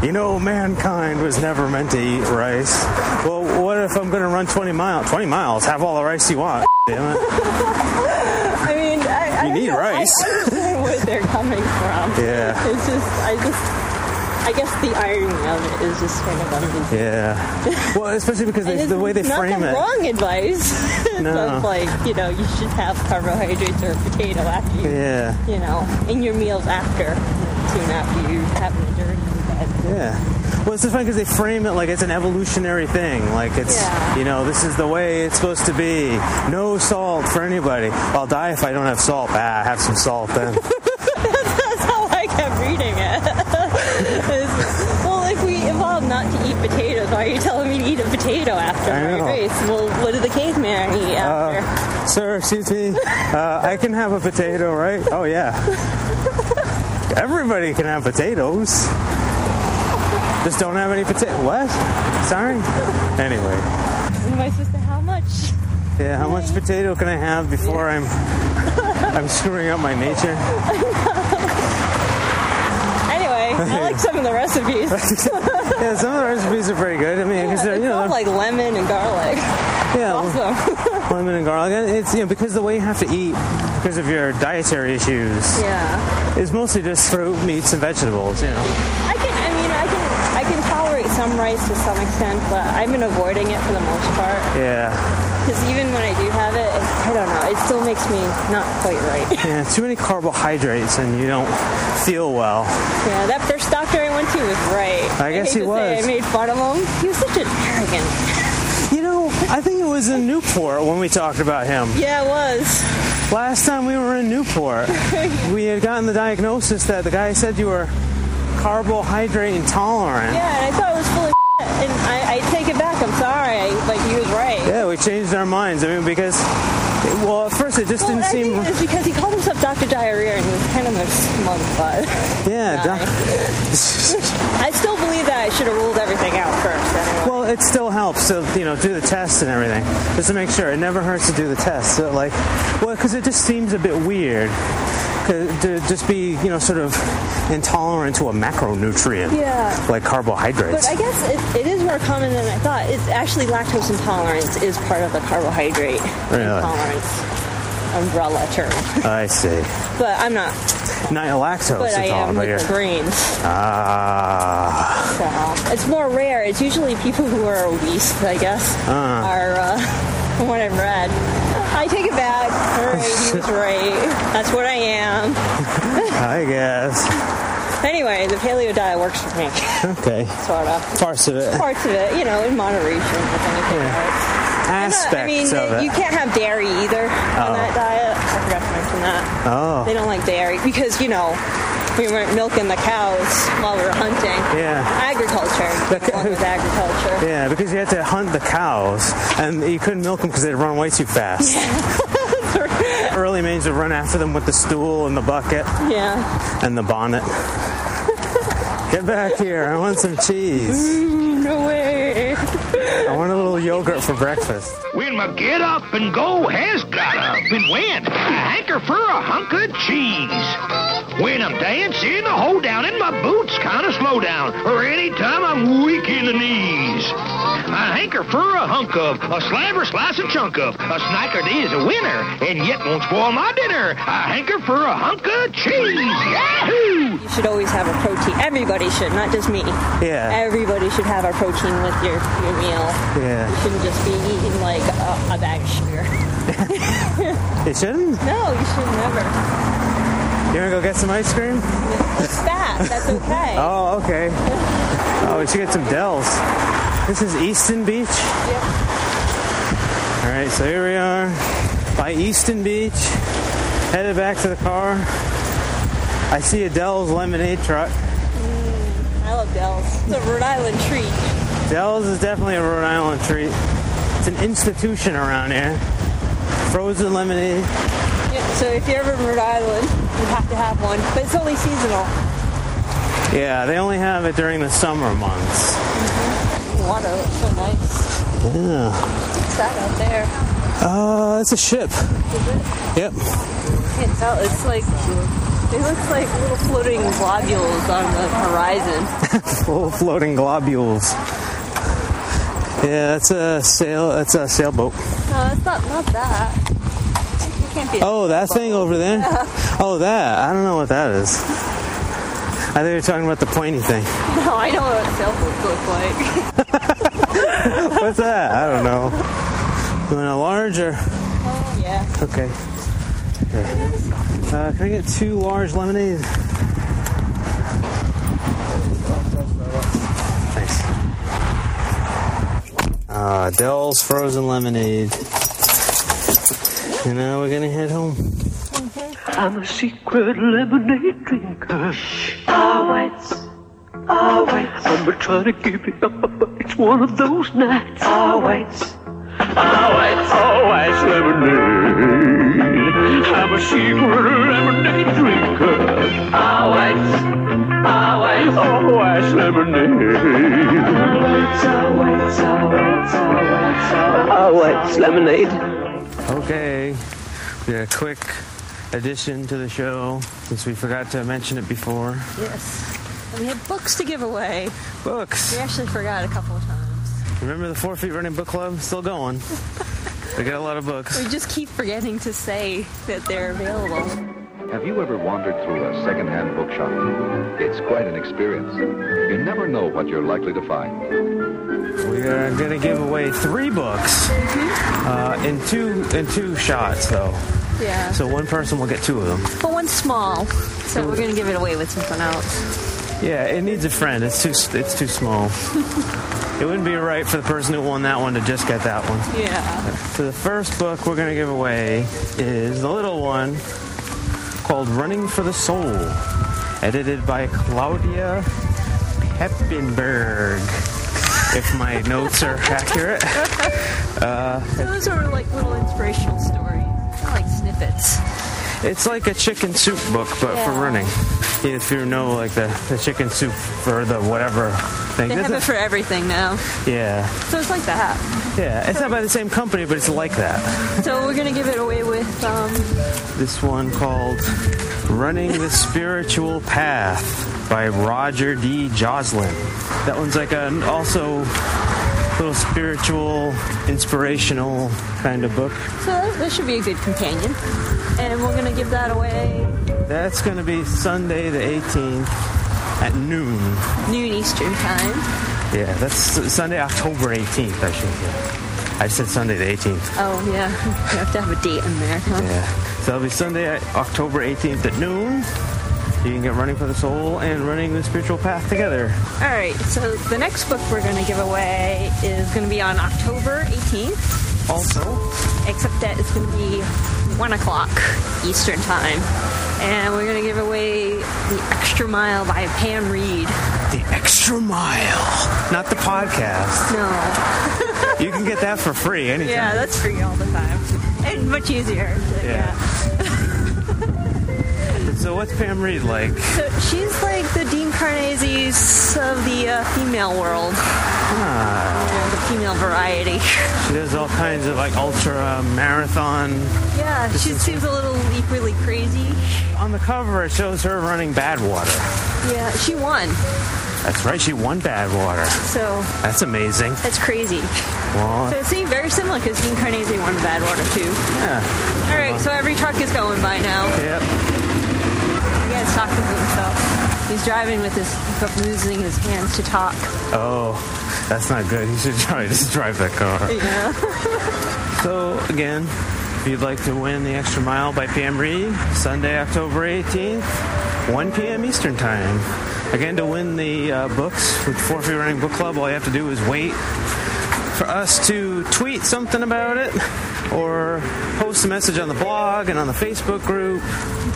[SPEAKER 5] You know, mankind was never meant to eat rice. Well, what if I'm gonna run 20 miles? 20 miles, have all the rice you want. Damn it.
[SPEAKER 4] I mean, I, I
[SPEAKER 5] You
[SPEAKER 4] don't
[SPEAKER 5] need
[SPEAKER 4] know, I-
[SPEAKER 5] rice.
[SPEAKER 4] I understand where they're coming from.
[SPEAKER 5] Yeah.
[SPEAKER 4] It's just, I just, I guess the irony of it is just kind of amazing.
[SPEAKER 5] Yeah. Well, especially because
[SPEAKER 4] And
[SPEAKER 5] they,
[SPEAKER 4] it's
[SPEAKER 5] the way they
[SPEAKER 4] not
[SPEAKER 5] frame
[SPEAKER 4] the
[SPEAKER 5] it.
[SPEAKER 4] wrong advice.
[SPEAKER 5] No.
[SPEAKER 4] of like, you know, you should have carbohydrates or a potato after you
[SPEAKER 5] Yeah.
[SPEAKER 4] you know, in your meals after, soon after you have an endurance event.
[SPEAKER 5] Yeah. Well, it's just funny because they frame it like it's an evolutionary thing. Like it's,
[SPEAKER 4] Yeah.
[SPEAKER 5] you know, this is the way it's supposed to be. No salt for anybody. I'll die if I don't have salt. Ah, have some salt then.
[SPEAKER 4] That's how I kept reading it. It's, well, if we evolved not to eat potatoes, why are you telling me to eat a potato after
[SPEAKER 5] I
[SPEAKER 4] my
[SPEAKER 5] know. Uh,
[SPEAKER 4] race? Well, what did the caveman eat after?
[SPEAKER 5] Sir, excuse me. Uh, I can have a potato, right? Oh yeah. Everybody can have potatoes. Just don't have any potato. What? Sorry. Anyway.
[SPEAKER 4] Am I supposed to how much?
[SPEAKER 5] Yeah, how much potato can I have before I'm I'm screwing up my nature?
[SPEAKER 4] Anyway, I like some of the recipes.
[SPEAKER 5] Yeah, some of the recipes are pretty good. I mean, because they're
[SPEAKER 4] It's
[SPEAKER 5] you know
[SPEAKER 4] all like lemon and garlic.
[SPEAKER 5] they're- yeah,
[SPEAKER 4] Awesome.
[SPEAKER 5] lemon and garlic. And It's you know because the way you have to eat because of your dietary issues
[SPEAKER 4] Yeah.
[SPEAKER 5] is mostly just fruit, meats, and vegetables. You know.
[SPEAKER 4] I can, I mean, I can, I can tolerate some rice to some extent, but I've been avoiding it for the most part.
[SPEAKER 5] Yeah.
[SPEAKER 4] Because even when I do have it, it, I don't know. It still makes me not quite right.
[SPEAKER 5] Yeah. Too many carbohydrates and you don't feel well.
[SPEAKER 4] yeah, that first doctor I went to was right.
[SPEAKER 5] I guess
[SPEAKER 4] hate to say
[SPEAKER 5] he was.
[SPEAKER 4] I made fun of him. He was such an arrogant.
[SPEAKER 5] You know, I think it was in Newport when we talked about him.
[SPEAKER 4] Yeah, it was.
[SPEAKER 5] Last time we were in Newport, we had gotten the diagnosis that the guy said you were carbohydrate intolerant.
[SPEAKER 4] Yeah, and I thought it was full of shit, and I, I take it back. I'm sorry, but he was right.
[SPEAKER 5] Yeah, we changed our minds. I mean, because, well, at first it just
[SPEAKER 4] Well,
[SPEAKER 5] didn't
[SPEAKER 4] I
[SPEAKER 5] seem.
[SPEAKER 4] think it was because he called himself Dr. Diarrhea and he was kind of a smug butt.
[SPEAKER 5] yeah, doc-
[SPEAKER 4] I still believe that I should have ruled everything out first anyway.
[SPEAKER 5] well, it still helps to you know do the tests and everything, just to make sure. It never hurts to do the tests. So like, well, because it just seems a bit weird 'cause to just be you know sort of intolerant to a macronutrient
[SPEAKER 4] Yeah.
[SPEAKER 5] like
[SPEAKER 4] But
[SPEAKER 5] carbohydrates.
[SPEAKER 4] I guess it, it is more common than I thought. It's actually lactose intolerance is part of the carbohydrate
[SPEAKER 5] Really?
[SPEAKER 4] intolerance umbrella term.
[SPEAKER 5] I, see.
[SPEAKER 4] But I'm not.
[SPEAKER 5] Not lactose
[SPEAKER 4] But I am with
[SPEAKER 5] intolerant, but
[SPEAKER 4] the
[SPEAKER 5] you're
[SPEAKER 4] grains.
[SPEAKER 5] ah.
[SPEAKER 4] So it's more rare. It's usually people who are obese, I guess,
[SPEAKER 5] Ah.
[SPEAKER 4] are uh, from what I've read. I take it back. All right, he was right. That's what I am.
[SPEAKER 5] I guess.
[SPEAKER 4] Anyway, the paleo diet works for me,
[SPEAKER 5] Okay.
[SPEAKER 4] sort of.
[SPEAKER 5] Parts of it.
[SPEAKER 4] Parts of it, you know, in moderation with anything else. And, uh,
[SPEAKER 5] Aspects
[SPEAKER 4] I mean,
[SPEAKER 5] of it.
[SPEAKER 4] you can't have dairy either on that diet. I forgot to mention that.
[SPEAKER 5] oh.
[SPEAKER 4] They don't like dairy because, you know, we weren't milking the cows while we were hunting.
[SPEAKER 5] Yeah.
[SPEAKER 4] Agriculture.
[SPEAKER 5] The
[SPEAKER 4] The
[SPEAKER 5] cow-
[SPEAKER 4] with agriculture.
[SPEAKER 5] Yeah, because you had to hunt the cows, and you couldn't milk them because they'd run way too fast. Early mains would run after them with the stool and the bucket
[SPEAKER 4] Yeah.
[SPEAKER 5] and the bonnet. Get back here! I want some cheese.
[SPEAKER 4] No way.
[SPEAKER 5] I want a little yogurt for breakfast.
[SPEAKER 9] When my get up and go has got up and went, I hanker for a hunk of cheese.
[SPEAKER 10] When I'm dancing, I hold down in my boots, kind of slow down, or any time I'm weak in the knees. I hanker for a hunk of, a slab or slice a chunk of, a snickerdee is a winner, and yet won't spoil my dinner. I hanker for a hunk of cheese. Yahoo!
[SPEAKER 4] You should always have a protein. Everybody should, not just me.
[SPEAKER 5] Yeah.
[SPEAKER 4] Everybody should have a protein with your, your meal. You
[SPEAKER 5] Yeah.
[SPEAKER 4] shouldn't just be eating like a, a bag of sugar.
[SPEAKER 5] It shouldn't?
[SPEAKER 4] No, you should never.
[SPEAKER 5] You wanna go get some ice cream?
[SPEAKER 4] It's fat. That's okay.
[SPEAKER 5] Oh, okay. Oh, we should get some Dells. This is Easton Beach? All right, so here we are by Easton Beach, headed back to the car. I see a Dell's lemonade truck.
[SPEAKER 4] I love Dells. It's a Rhode Island treat.
[SPEAKER 5] Dell's is definitely a Rhode Island treat. It's an institution around here. Frozen lemonade.
[SPEAKER 4] Yeah, so if you're ever in Rhode Island, you have to have one. But it's only seasonal.
[SPEAKER 5] Yeah, they only have it during the summer months.
[SPEAKER 4] Water, it's so nice.
[SPEAKER 5] Yeah.
[SPEAKER 4] What's that out there?
[SPEAKER 5] Uh, it's a ship. Yep.
[SPEAKER 4] Can't tell. It's like it looks like little floating globules on the horizon.
[SPEAKER 5] full of floating globules. Yeah, that's a sail. That's a sailboat.
[SPEAKER 4] No, Uh, it's not not that. It can't be.
[SPEAKER 5] Oh, that thing over there. Oh, that. I don't know what that is. I thought you were talking about the pointy thing.
[SPEAKER 4] No, I know what sailboats look like.
[SPEAKER 5] What's that? I don't know. You want a large or
[SPEAKER 4] Oh, yeah.
[SPEAKER 5] okay? Yeah. Uh, can I get two large lemonade? Thanks. Uh, Dell's frozen lemonade. And now we're gonna head home.
[SPEAKER 9] I'm a secret lemonade drinker. Always. Always. I'm been trying to give it up, but it's one of those nights. Always. Always. Always lemonade. I'm a secret lemonade drinker. Always. Always. Always lemonade. Always, always, always, always. Always lemonade.
[SPEAKER 5] Okay, yeah, quick addition to the show since we forgot to mention it before.
[SPEAKER 4] Yes. And we had books to give away.
[SPEAKER 5] Books.
[SPEAKER 4] We actually forgot a couple of times.
[SPEAKER 5] Remember the Four Feet Running Book Club? Still going. we got a lot of books.
[SPEAKER 4] We just keep forgetting to say that they're available.
[SPEAKER 11] Have you ever wandered through a secondhand bookshop? It's quite an experience. You never know what you're likely to find.
[SPEAKER 5] We are gonna give away three books uh, in two in two shots though.
[SPEAKER 4] Yeah.
[SPEAKER 5] So one person will get two of them.
[SPEAKER 4] But one's small, so we're gonna give it away with something else.
[SPEAKER 5] Yeah, it needs a friend. It's too it's too small. it wouldn't be right for the person who won that one to just get that one.
[SPEAKER 4] Yeah.
[SPEAKER 5] So the first book we're going to give away is the little one called Running for the Soul, edited by Claudia Peppenberg. If my notes are accurate.
[SPEAKER 4] So those are like little inspirational stories, Kinda like snippets.
[SPEAKER 5] It's like a chicken soup book, but for
[SPEAKER 4] Yeah.
[SPEAKER 5] running. If you know, like the, the chicken soup or the whatever thing.
[SPEAKER 4] They have it
[SPEAKER 5] This
[SPEAKER 4] for everything now.
[SPEAKER 5] is- yeah.
[SPEAKER 4] So it's like that.
[SPEAKER 5] Yeah. It's not by the same company, but it's like that.
[SPEAKER 4] So we're gonna give it away with um,
[SPEAKER 5] This one called Running the Spiritual Path by Roger D. Joslin. That one's like an also little spiritual, inspirational kind of book.
[SPEAKER 4] so that, that should be a good companion. And we're gonna give that away
[SPEAKER 5] That's going to be Sunday the 18th at noon.
[SPEAKER 4] noon Eastern time.
[SPEAKER 5] Yeah, that's S- Sunday, October 18th, I should say. I said Sunday the 18th.
[SPEAKER 4] Oh yeah, you have to have a date in there. Huh?
[SPEAKER 5] Yeah. So it'll be Sunday, uh, October 18th at noon. You can get Running for the Soul and Running the Spiritual Path together.
[SPEAKER 4] All right. So the next book we're gonna give away is gonna be on October 18th,
[SPEAKER 5] Also,
[SPEAKER 4] except that it's gonna be one o'clock Eastern time. And we're gonna give away the Extra Mile by Pam Reed.
[SPEAKER 5] The Extra Mile. Not the podcast.
[SPEAKER 4] No,
[SPEAKER 5] You can get that for free anytime.
[SPEAKER 4] Yeah, that's free all the time. And much easier.
[SPEAKER 5] Yeah.
[SPEAKER 4] Yeah.
[SPEAKER 5] It's So what's Pam Reed like?
[SPEAKER 4] So she's like the Dean Carnese's of the uh, female world,
[SPEAKER 5] Ah,
[SPEAKER 4] you know, the female variety.
[SPEAKER 5] she does all kinds of like ultra marathon.
[SPEAKER 4] Yeah, she seems a little equally crazy.
[SPEAKER 5] On the cover, it shows her running Badwater.
[SPEAKER 4] Yeah, she won,
[SPEAKER 5] That's right, she won Badwater.
[SPEAKER 4] so
[SPEAKER 5] That's amazing.
[SPEAKER 4] that's crazy.
[SPEAKER 5] Well,
[SPEAKER 4] So it seemed very similar because Dean Carnese won Badwater too.
[SPEAKER 5] yeah.
[SPEAKER 4] All right, so every truck is going by now.
[SPEAKER 5] Yep.
[SPEAKER 4] He has talking to himself. He's driving with his using his hands to talk.
[SPEAKER 5] Oh, that's not good. You should try just drive that car. So again, if you'd like to win the extra mile by PM Reed, Sunday, October 18th, 1 p.m. Eastern Time. Again, to win the uh, books with Four Free Running Book Club, all you have to do is wait for us to tweet something about it or post a message on the blog and on the Facebook group,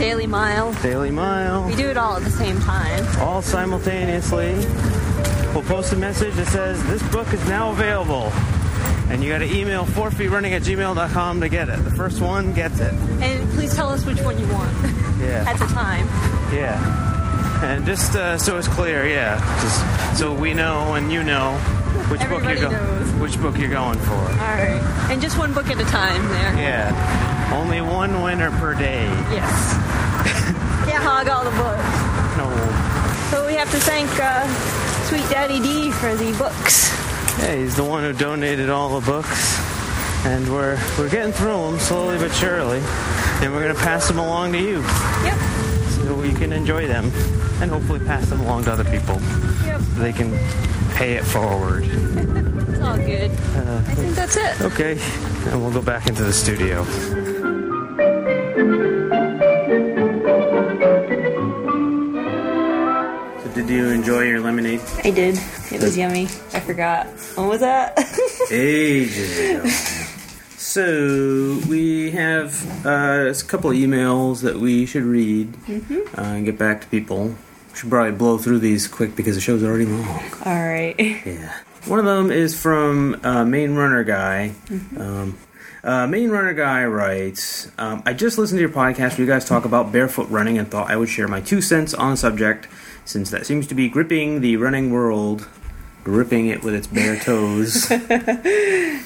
[SPEAKER 4] Daily Mile.
[SPEAKER 5] Daily Mile
[SPEAKER 4] We do it all at the same time.
[SPEAKER 5] all simultaneously. We'll post a message that says, This book is now available. And you got to email 4 running at gmail.com to get it. The first one gets it.
[SPEAKER 4] And please tell us which one you want at
[SPEAKER 5] Yeah.
[SPEAKER 4] the time.
[SPEAKER 5] Yeah. And just uh, so it's clear, yeah. Just so we know and you know which book
[SPEAKER 4] Everybody
[SPEAKER 5] you're
[SPEAKER 4] knows.
[SPEAKER 5] going which book you're going for.
[SPEAKER 4] All right. And just one book at a time there.
[SPEAKER 5] Yeah. Only one winner per day.
[SPEAKER 4] Yes. Can't hog all the books.
[SPEAKER 5] No.
[SPEAKER 4] So we have to thank uh, Sweet Daddy D for the books.
[SPEAKER 5] Hey, he's the one who donated all the books, and we're we're getting through them slowly but surely, and we're gonna pass them along to you.
[SPEAKER 4] Yep.
[SPEAKER 5] so you can enjoy them and hopefully pass them along to other people.
[SPEAKER 4] Yep.
[SPEAKER 5] They can pay it forward.
[SPEAKER 4] It's all good. I think that's it.
[SPEAKER 5] Okay, and we'll go back into the studio. So Did you enjoy your lemonade
[SPEAKER 4] I did. It was yummy. I forgot. When was that?
[SPEAKER 5] ages ago? So we have uh, a couple of emails that we should read uh, and get back to people. Should probably blow through these quick because the show's already long.
[SPEAKER 4] all right.
[SPEAKER 5] Yeah. One of them is from uh, Main Runner Guy. Um, uh, Main Runner Guy writes um, I just listened to your podcast where you guys talk about barefoot running and thought I would share my two cents on the subject since that seems to be gripping the running world, gripping it with its bare toes. Uh,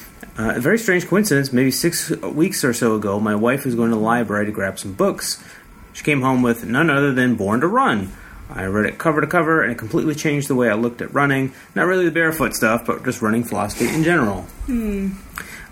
[SPEAKER 5] a very strange coincidence. Maybe six weeks or so ago, my wife was going to the library to grab some books. She came home with none other than Born to Run. I read it cover to cover, and it completely changed the way I looked at running. Not really the barefoot stuff, but just running philosophy in general.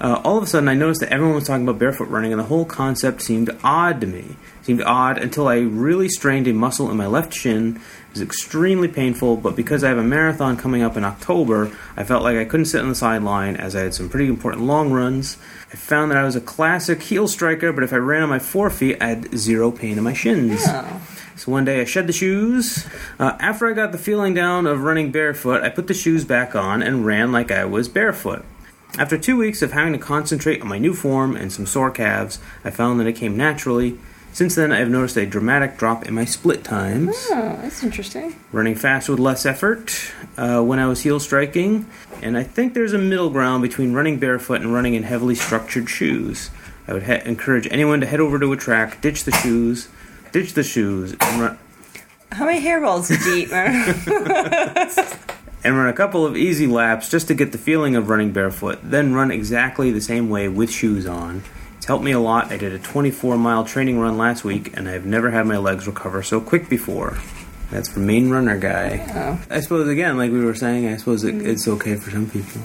[SPEAKER 5] Uh, all of a sudden, I noticed that everyone was talking about barefoot running, and the whole concept seemed odd to me. Seemed odd until I really strained a muscle in my left shin. It was extremely painful, but because I have a marathon coming up in October, I felt like I couldn't sit on the sideline as I had some pretty important long runs. I found that I was a classic heel striker, but if I ran on my forefeet, I had zero pain in my shins. So one day I shed the shoes. Uh, after I got the feeling down of running barefoot, I put the shoes back on and ran like I was barefoot. After two weeks of having to concentrate on my new form and some sore calves, I found that it came naturally. Since then, I have noticed a dramatic drop in my split times
[SPEAKER 4] Oh, that's interesting.
[SPEAKER 5] running fast with less effort uh, when I was heel striking, and I think there's a middle ground between running barefoot and running in heavily structured shoes. I would he- encourage anyone to head over to a track, ditch the shoes, ditch the shoes, and run.
[SPEAKER 12] How many hairballs did you eat? Mara?
[SPEAKER 5] and run a couple of easy laps just to get the feeling of running barefoot, then run exactly the same way with shoes on. It's helped me a lot. I did a 24 mile training run last week, and I've never had my legs recover so quick before. That's for main runner guy. I suppose again, like we were saying, I suppose it, it's okay for some people.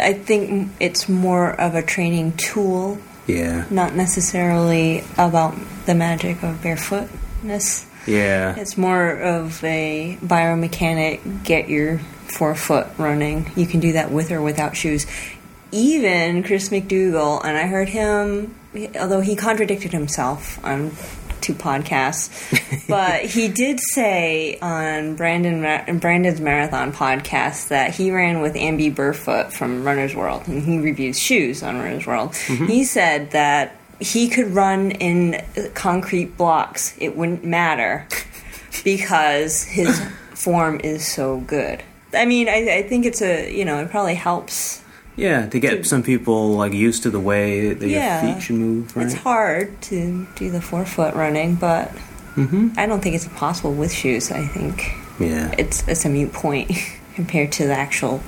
[SPEAKER 12] I think it's more of a training tool,
[SPEAKER 5] Yeah,
[SPEAKER 12] not necessarily about the magic of barefootness.
[SPEAKER 5] yeah,
[SPEAKER 12] It's more of a biomechanic get your forefoot running. You can do that with or without shoes. Even Chris McDougall, and I heard him, although he contradicted himself on two podcasts, but he did say on Brandon Ma- Brandon's marathon podcast that he ran with Ambi Burfoot from Runner's World, and he reviews shoes on Runner's World. He said that he could run in concrete blocks; it wouldn't matter because his form is so good. I mean, I, I think it's a you know it probably helps.
[SPEAKER 5] yeah. To get some people like used to the way that
[SPEAKER 12] Yeah.
[SPEAKER 5] your feet should move. Right?
[SPEAKER 12] It's hard to do the forefoot running, but
[SPEAKER 4] Mm-hmm. I don't think it's impossible with shoes. I think
[SPEAKER 5] Yeah.
[SPEAKER 4] it's it's a mute point compared to the actual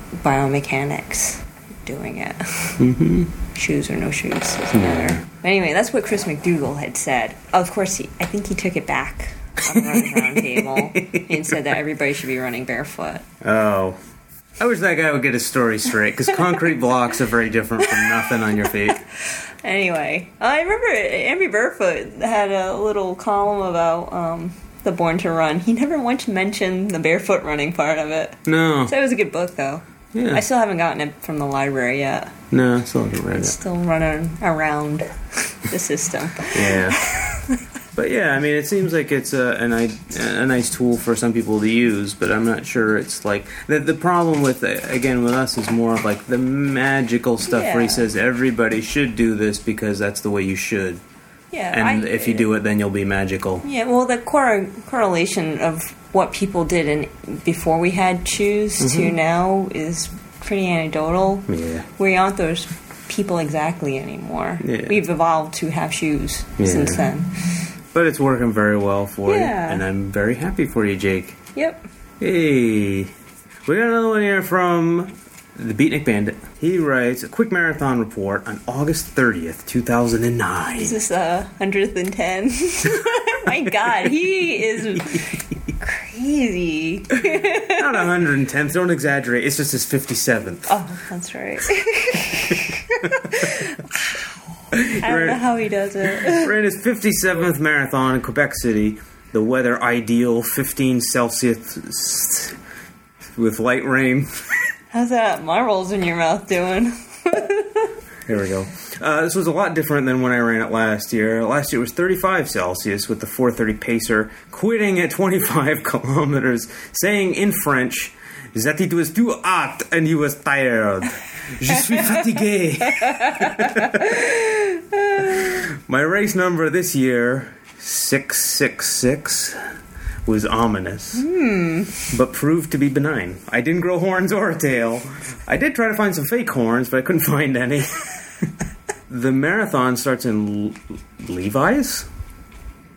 [SPEAKER 4] biomechanics doing it.
[SPEAKER 5] Mm-hmm.
[SPEAKER 4] shoes or no shoes doesn't
[SPEAKER 5] Yeah.
[SPEAKER 4] matter. But anyway, that's what Chris McDougall had said. Of course, he, I think he took it back on the Running round table and said that everybody should be running barefoot.
[SPEAKER 5] Oh. I wish that guy would get his story straight because concrete blocks are very different from nothing on your feet.
[SPEAKER 4] Anyway, I remember Andy Barefoot had a little column about um, the Born to Run. He never once mentioned the barefoot running part of it.
[SPEAKER 5] No.
[SPEAKER 4] So it was a good book, though.
[SPEAKER 5] Yeah.
[SPEAKER 4] I still haven't gotten it from the library yet.
[SPEAKER 5] No, I still haven't read
[SPEAKER 4] It's
[SPEAKER 5] it.
[SPEAKER 4] still running around the system.
[SPEAKER 5] Yeah. But yeah, I mean, it seems like it's a, an, i- a nice tool for some people to use, but I'm not sure it's like the, the problem with again with us is more of like the magical stuff where
[SPEAKER 4] Yeah.
[SPEAKER 5] he says everybody should do this because that's the way you should,
[SPEAKER 4] Yeah.
[SPEAKER 5] and
[SPEAKER 4] I-
[SPEAKER 5] if you do it, then you'll be magical.
[SPEAKER 4] Yeah, well, the cor- correlation of what people did in, before we had shoes to
[SPEAKER 5] Mhm.
[SPEAKER 4] now is pretty anecdotal.
[SPEAKER 5] Yeah.
[SPEAKER 4] We aren't those people exactly anymore.
[SPEAKER 5] Yeah.
[SPEAKER 4] We've evolved to have shoes
[SPEAKER 5] Yeah.
[SPEAKER 4] since then.
[SPEAKER 5] But it's working very well for you,
[SPEAKER 4] Yeah.
[SPEAKER 5] and I'm very happy for you, Jake.
[SPEAKER 4] Yep.
[SPEAKER 5] Hey, we got another one here from the Beatnik Bandit. He writes a quick marathon report on August 30th, 2009.
[SPEAKER 4] Is this uh, 110? My God, he is crazy.
[SPEAKER 5] Not 110th, don't exaggerate. It's just his 57th.
[SPEAKER 4] Oh, that's right. I don't know how he does it.
[SPEAKER 5] Ran his 57th marathon in Quebec City. The weather ideal, 15 Celsius with light rain.
[SPEAKER 4] How's that marbles in your mouth doing?
[SPEAKER 5] Here we go. Uh, this was a lot different than when I ran it last year. Last year was 35 Celsius with the 430 pacer, quitting at 25 kilometers, saying in French that it was too hot and he was tired. Je suis fatigué. My race number this year, 666, was ominous
[SPEAKER 4] Hmm.
[SPEAKER 5] but proved to be benign. I didn't grow horns or a tail. I did try to find some fake horns, but I couldn't find any. the marathon starts in L- Levi's?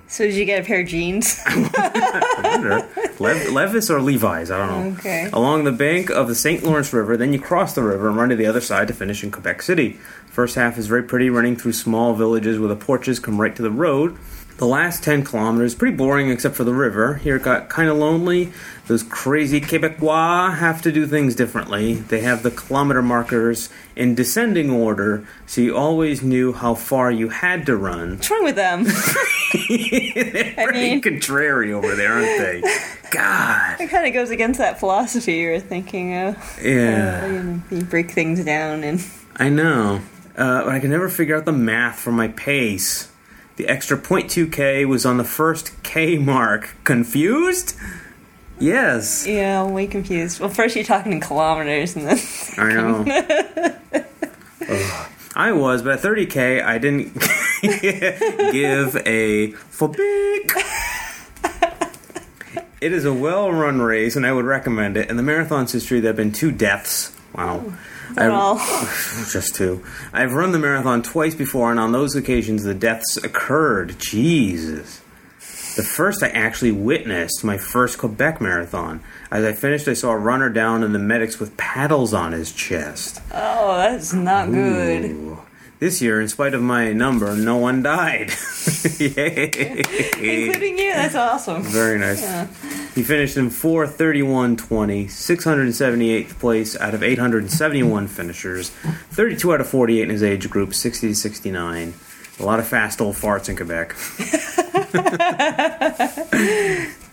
[SPEAKER 4] So did you get a pair of jeans?
[SPEAKER 5] I wonder. Lev- Levis or Levi's? I don't know.
[SPEAKER 4] Okay.
[SPEAKER 5] Along the bank of the St. Lawrence River, then you cross the river and run to the other side to finish in Quebec City. First half is very pretty, running through small villages where the porches come right to the road. The last 10 kilometers, pretty boring except for the river. Here it got kind of lonely. Those crazy Quebecois have to do things differently. They have the kilometer markers in descending order, so you always knew how far you had to run.
[SPEAKER 4] What's wrong with them? I mean,
[SPEAKER 5] Contrary over there, aren't they? God.
[SPEAKER 4] it kind of goes against that philosophy you were thinking of.
[SPEAKER 5] Yeah.
[SPEAKER 4] Uh, you, know, you break things down and.
[SPEAKER 5] I know. Uh, but I can never figure out the math for my pace. The extra 0.2k was on the first k mark. Confused? Yes.
[SPEAKER 4] Yeah, I'm way confused. Well, first you're talking in kilometers and then.
[SPEAKER 5] I know. I was, but at 30k, I didn't give a fabik. It is a well run race, and I would recommend it. In the marathon's history, there have been two deaths. Wow.
[SPEAKER 4] Not
[SPEAKER 5] I-
[SPEAKER 4] all.
[SPEAKER 5] just two. I've run the marathon twice before, and on those occasions, the deaths occurred. Jesus. The first I actually witnessed, my first Quebec marathon. As I finished, I saw a runner down and the medics with paddles on his chest.
[SPEAKER 4] Oh, that's not good.
[SPEAKER 5] Ooh. This year, in spite of my number, no one died. Yay.
[SPEAKER 4] Including you, that's awesome.
[SPEAKER 5] Very nice.
[SPEAKER 4] Yeah.
[SPEAKER 5] He finished in 431.20, 678th place out of 871 finishers, 32 out of 48 in his age group, 60 to 69. A lot of fast old farts in Quebec.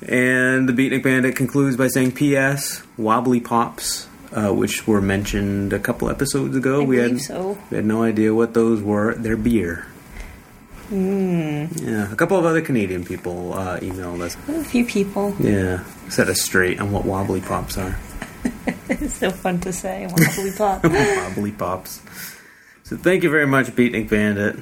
[SPEAKER 5] and the Beatnik Bandit concludes by saying, P.S. Wobbly Pops, uh, which were mentioned a couple episodes ago.
[SPEAKER 4] I
[SPEAKER 5] we, had,
[SPEAKER 4] believe so.
[SPEAKER 5] we had no idea what those were. They're beer.
[SPEAKER 4] Mm.
[SPEAKER 5] Yeah, a couple of other Canadian people uh, emailed us.
[SPEAKER 4] A few people.
[SPEAKER 5] Yeah, set us straight on what wobbly pops are.
[SPEAKER 4] it's so fun to say. Wobbly pop.
[SPEAKER 5] wobbly pops. So thank you very much, Beatnik Bandit.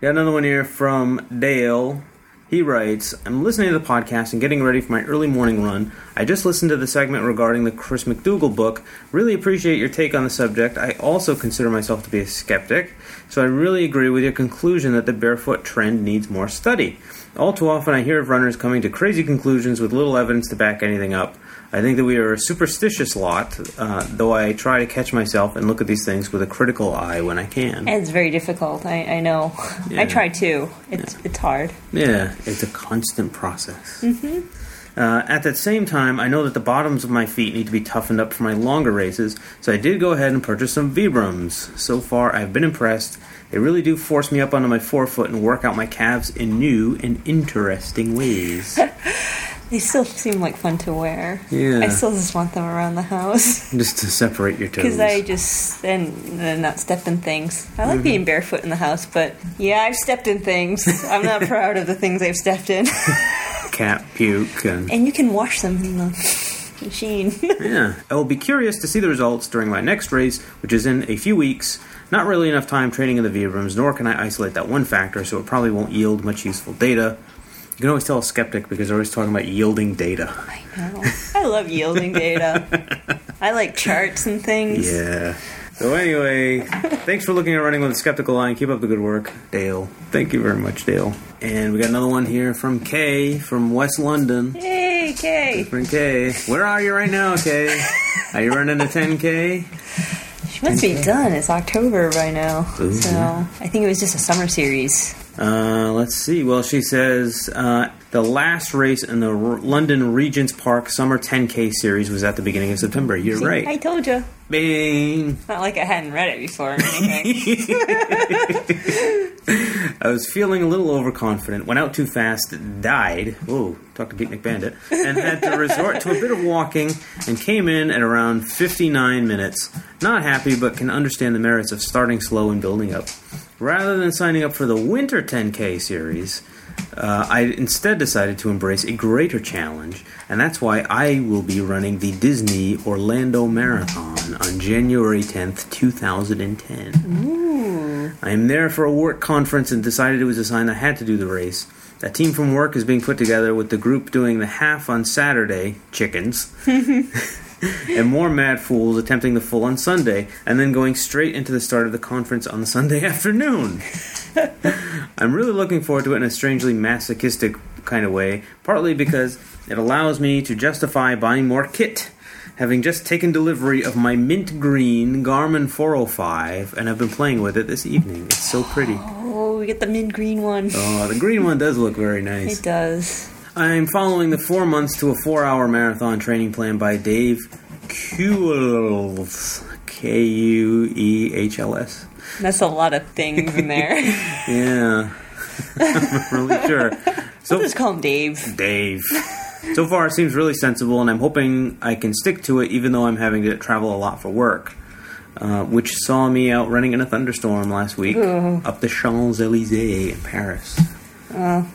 [SPEAKER 5] Got another one here from Dale. He writes, I'm listening to the podcast and getting ready for my early morning run. I just listened to the segment regarding the Chris McDougall book. Really appreciate your take on the subject. I also consider myself to be a skeptic, so I really agree with your conclusion that the barefoot trend needs more study. All too often, I hear of runners coming to crazy conclusions with little evidence to back anything up. I think that we are a superstitious lot, uh, though I try to catch myself and look at these things with a critical eye when I can.
[SPEAKER 4] It's very difficult. I, I know.
[SPEAKER 5] Yeah.
[SPEAKER 4] I try too. It's it's hard.
[SPEAKER 5] Yeah, it's a constant process.
[SPEAKER 4] hmm
[SPEAKER 5] Uh, at that same time, I know that the bottoms of my feet need to be toughened up for my longer races, so I did go ahead and purchase some Vibrams. So far, I've been impressed. They really do force me up onto my forefoot and work out my calves in new and interesting ways.
[SPEAKER 4] They still seem like fun to wear.
[SPEAKER 5] Yeah.
[SPEAKER 4] I still just want them around the house
[SPEAKER 5] just to separate your toes.
[SPEAKER 4] because I just and, and not step in things. I like
[SPEAKER 5] Mhm.
[SPEAKER 4] being barefoot in the house, but yeah, I've stepped in things. I'm not proud of the things I've stepped in.
[SPEAKER 5] Cat puke and
[SPEAKER 4] and you can wash them in the machine.
[SPEAKER 5] yeah, I will be curious to see the results during my next race, which is in a few weeks. Not really enough time training in the Vibrams, nor can I isolate that one factor, so it probably won't yield much useful data. You can always tell a skeptic because they're always talking about yielding data.
[SPEAKER 4] No. I love yielding data. I like charts and things.
[SPEAKER 5] Yeah. So anyway, thanks for looking at running with a skeptical eye. and Keep up the good work, Dale. Thank you very much, Dale. And we got another one here from Kay from West London.
[SPEAKER 4] Yay, Kay.
[SPEAKER 5] From Kay, where are you right now, Kay? Are you running a 10K?
[SPEAKER 4] She must be done. It's October by now.
[SPEAKER 5] Ooh.
[SPEAKER 4] So I think it was just a summer series.
[SPEAKER 5] Uh, let's see. Well, she says uh, the last race in the R- London Regent's Park Summer 10K series was at the beginning of September. You're
[SPEAKER 4] See,
[SPEAKER 5] right.
[SPEAKER 4] I told you.
[SPEAKER 5] Bing.
[SPEAKER 4] Not like I hadn't read it before or anything.
[SPEAKER 5] I was feeling a little overconfident, went out too fast, died. Whoa, talk to Pete McBandit. And had to resort to a bit of walking and came in at around 59 minutes. Not happy, but can understand the merits of starting slow and building up. Rather than signing up for the winter 10K series, uh, I instead decided to embrace a greater challenge, and that's why I will be running the Disney Orlando Marathon on January 10th, 2010.
[SPEAKER 4] Ooh.
[SPEAKER 5] I am there for a work conference and decided it was a sign I had to do the race. A team from work is being put together with the group doing the half on Saturday, chickens, and more mad fools attempting the full on Sunday, and then going straight into the start of the conference on the Sunday afternoon. I'm really looking forward to it in a strangely masochistic kind of way, partly because it allows me to justify buying more kit. Having just taken delivery of my mint green Garmin 405, and I've been playing with it this evening. It's so pretty.
[SPEAKER 4] oh, we get the mid green one.
[SPEAKER 5] Oh, the green one does look very nice.
[SPEAKER 4] It does.
[SPEAKER 5] I'm following the four months to a four hour marathon training plan by Dave Kuehls. K U E H L S.
[SPEAKER 4] That's a lot of things in there.
[SPEAKER 5] Yeah. I'm really sure. So,
[SPEAKER 4] Let's call him Dave.
[SPEAKER 5] Dave. So far, it seems really sensible, and I'm hoping I can stick to it even though I'm having to travel a lot for work. Uh, which saw me out running in a thunderstorm last week
[SPEAKER 4] Ooh.
[SPEAKER 5] up the Champs Elysees in Paris.
[SPEAKER 4] Well,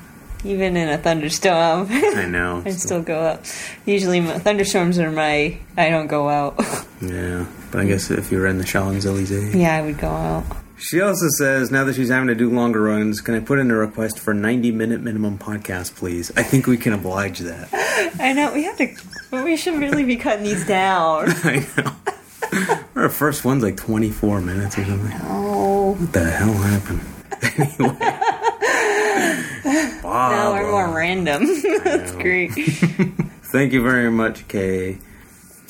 [SPEAKER 4] even in a thunderstorm,
[SPEAKER 5] I know.
[SPEAKER 4] I still go out. Usually, my, thunderstorms are my. I don't go out.
[SPEAKER 5] Yeah, but I guess if you were in the Champs Elysees.
[SPEAKER 4] yeah, I would go out.
[SPEAKER 5] She also says now that she's having to do longer runs, can I put in a request for 90 minute minimum podcast, please? I think we can oblige that.
[SPEAKER 4] I know we have to. We should really be cutting these down.
[SPEAKER 5] I know. Our first one's like 24 minutes or something.
[SPEAKER 4] Oh,
[SPEAKER 5] What the hell happened? anyway.
[SPEAKER 4] now
[SPEAKER 5] Wow.
[SPEAKER 4] we're more random. That's great.
[SPEAKER 5] Thank you very much, Kay.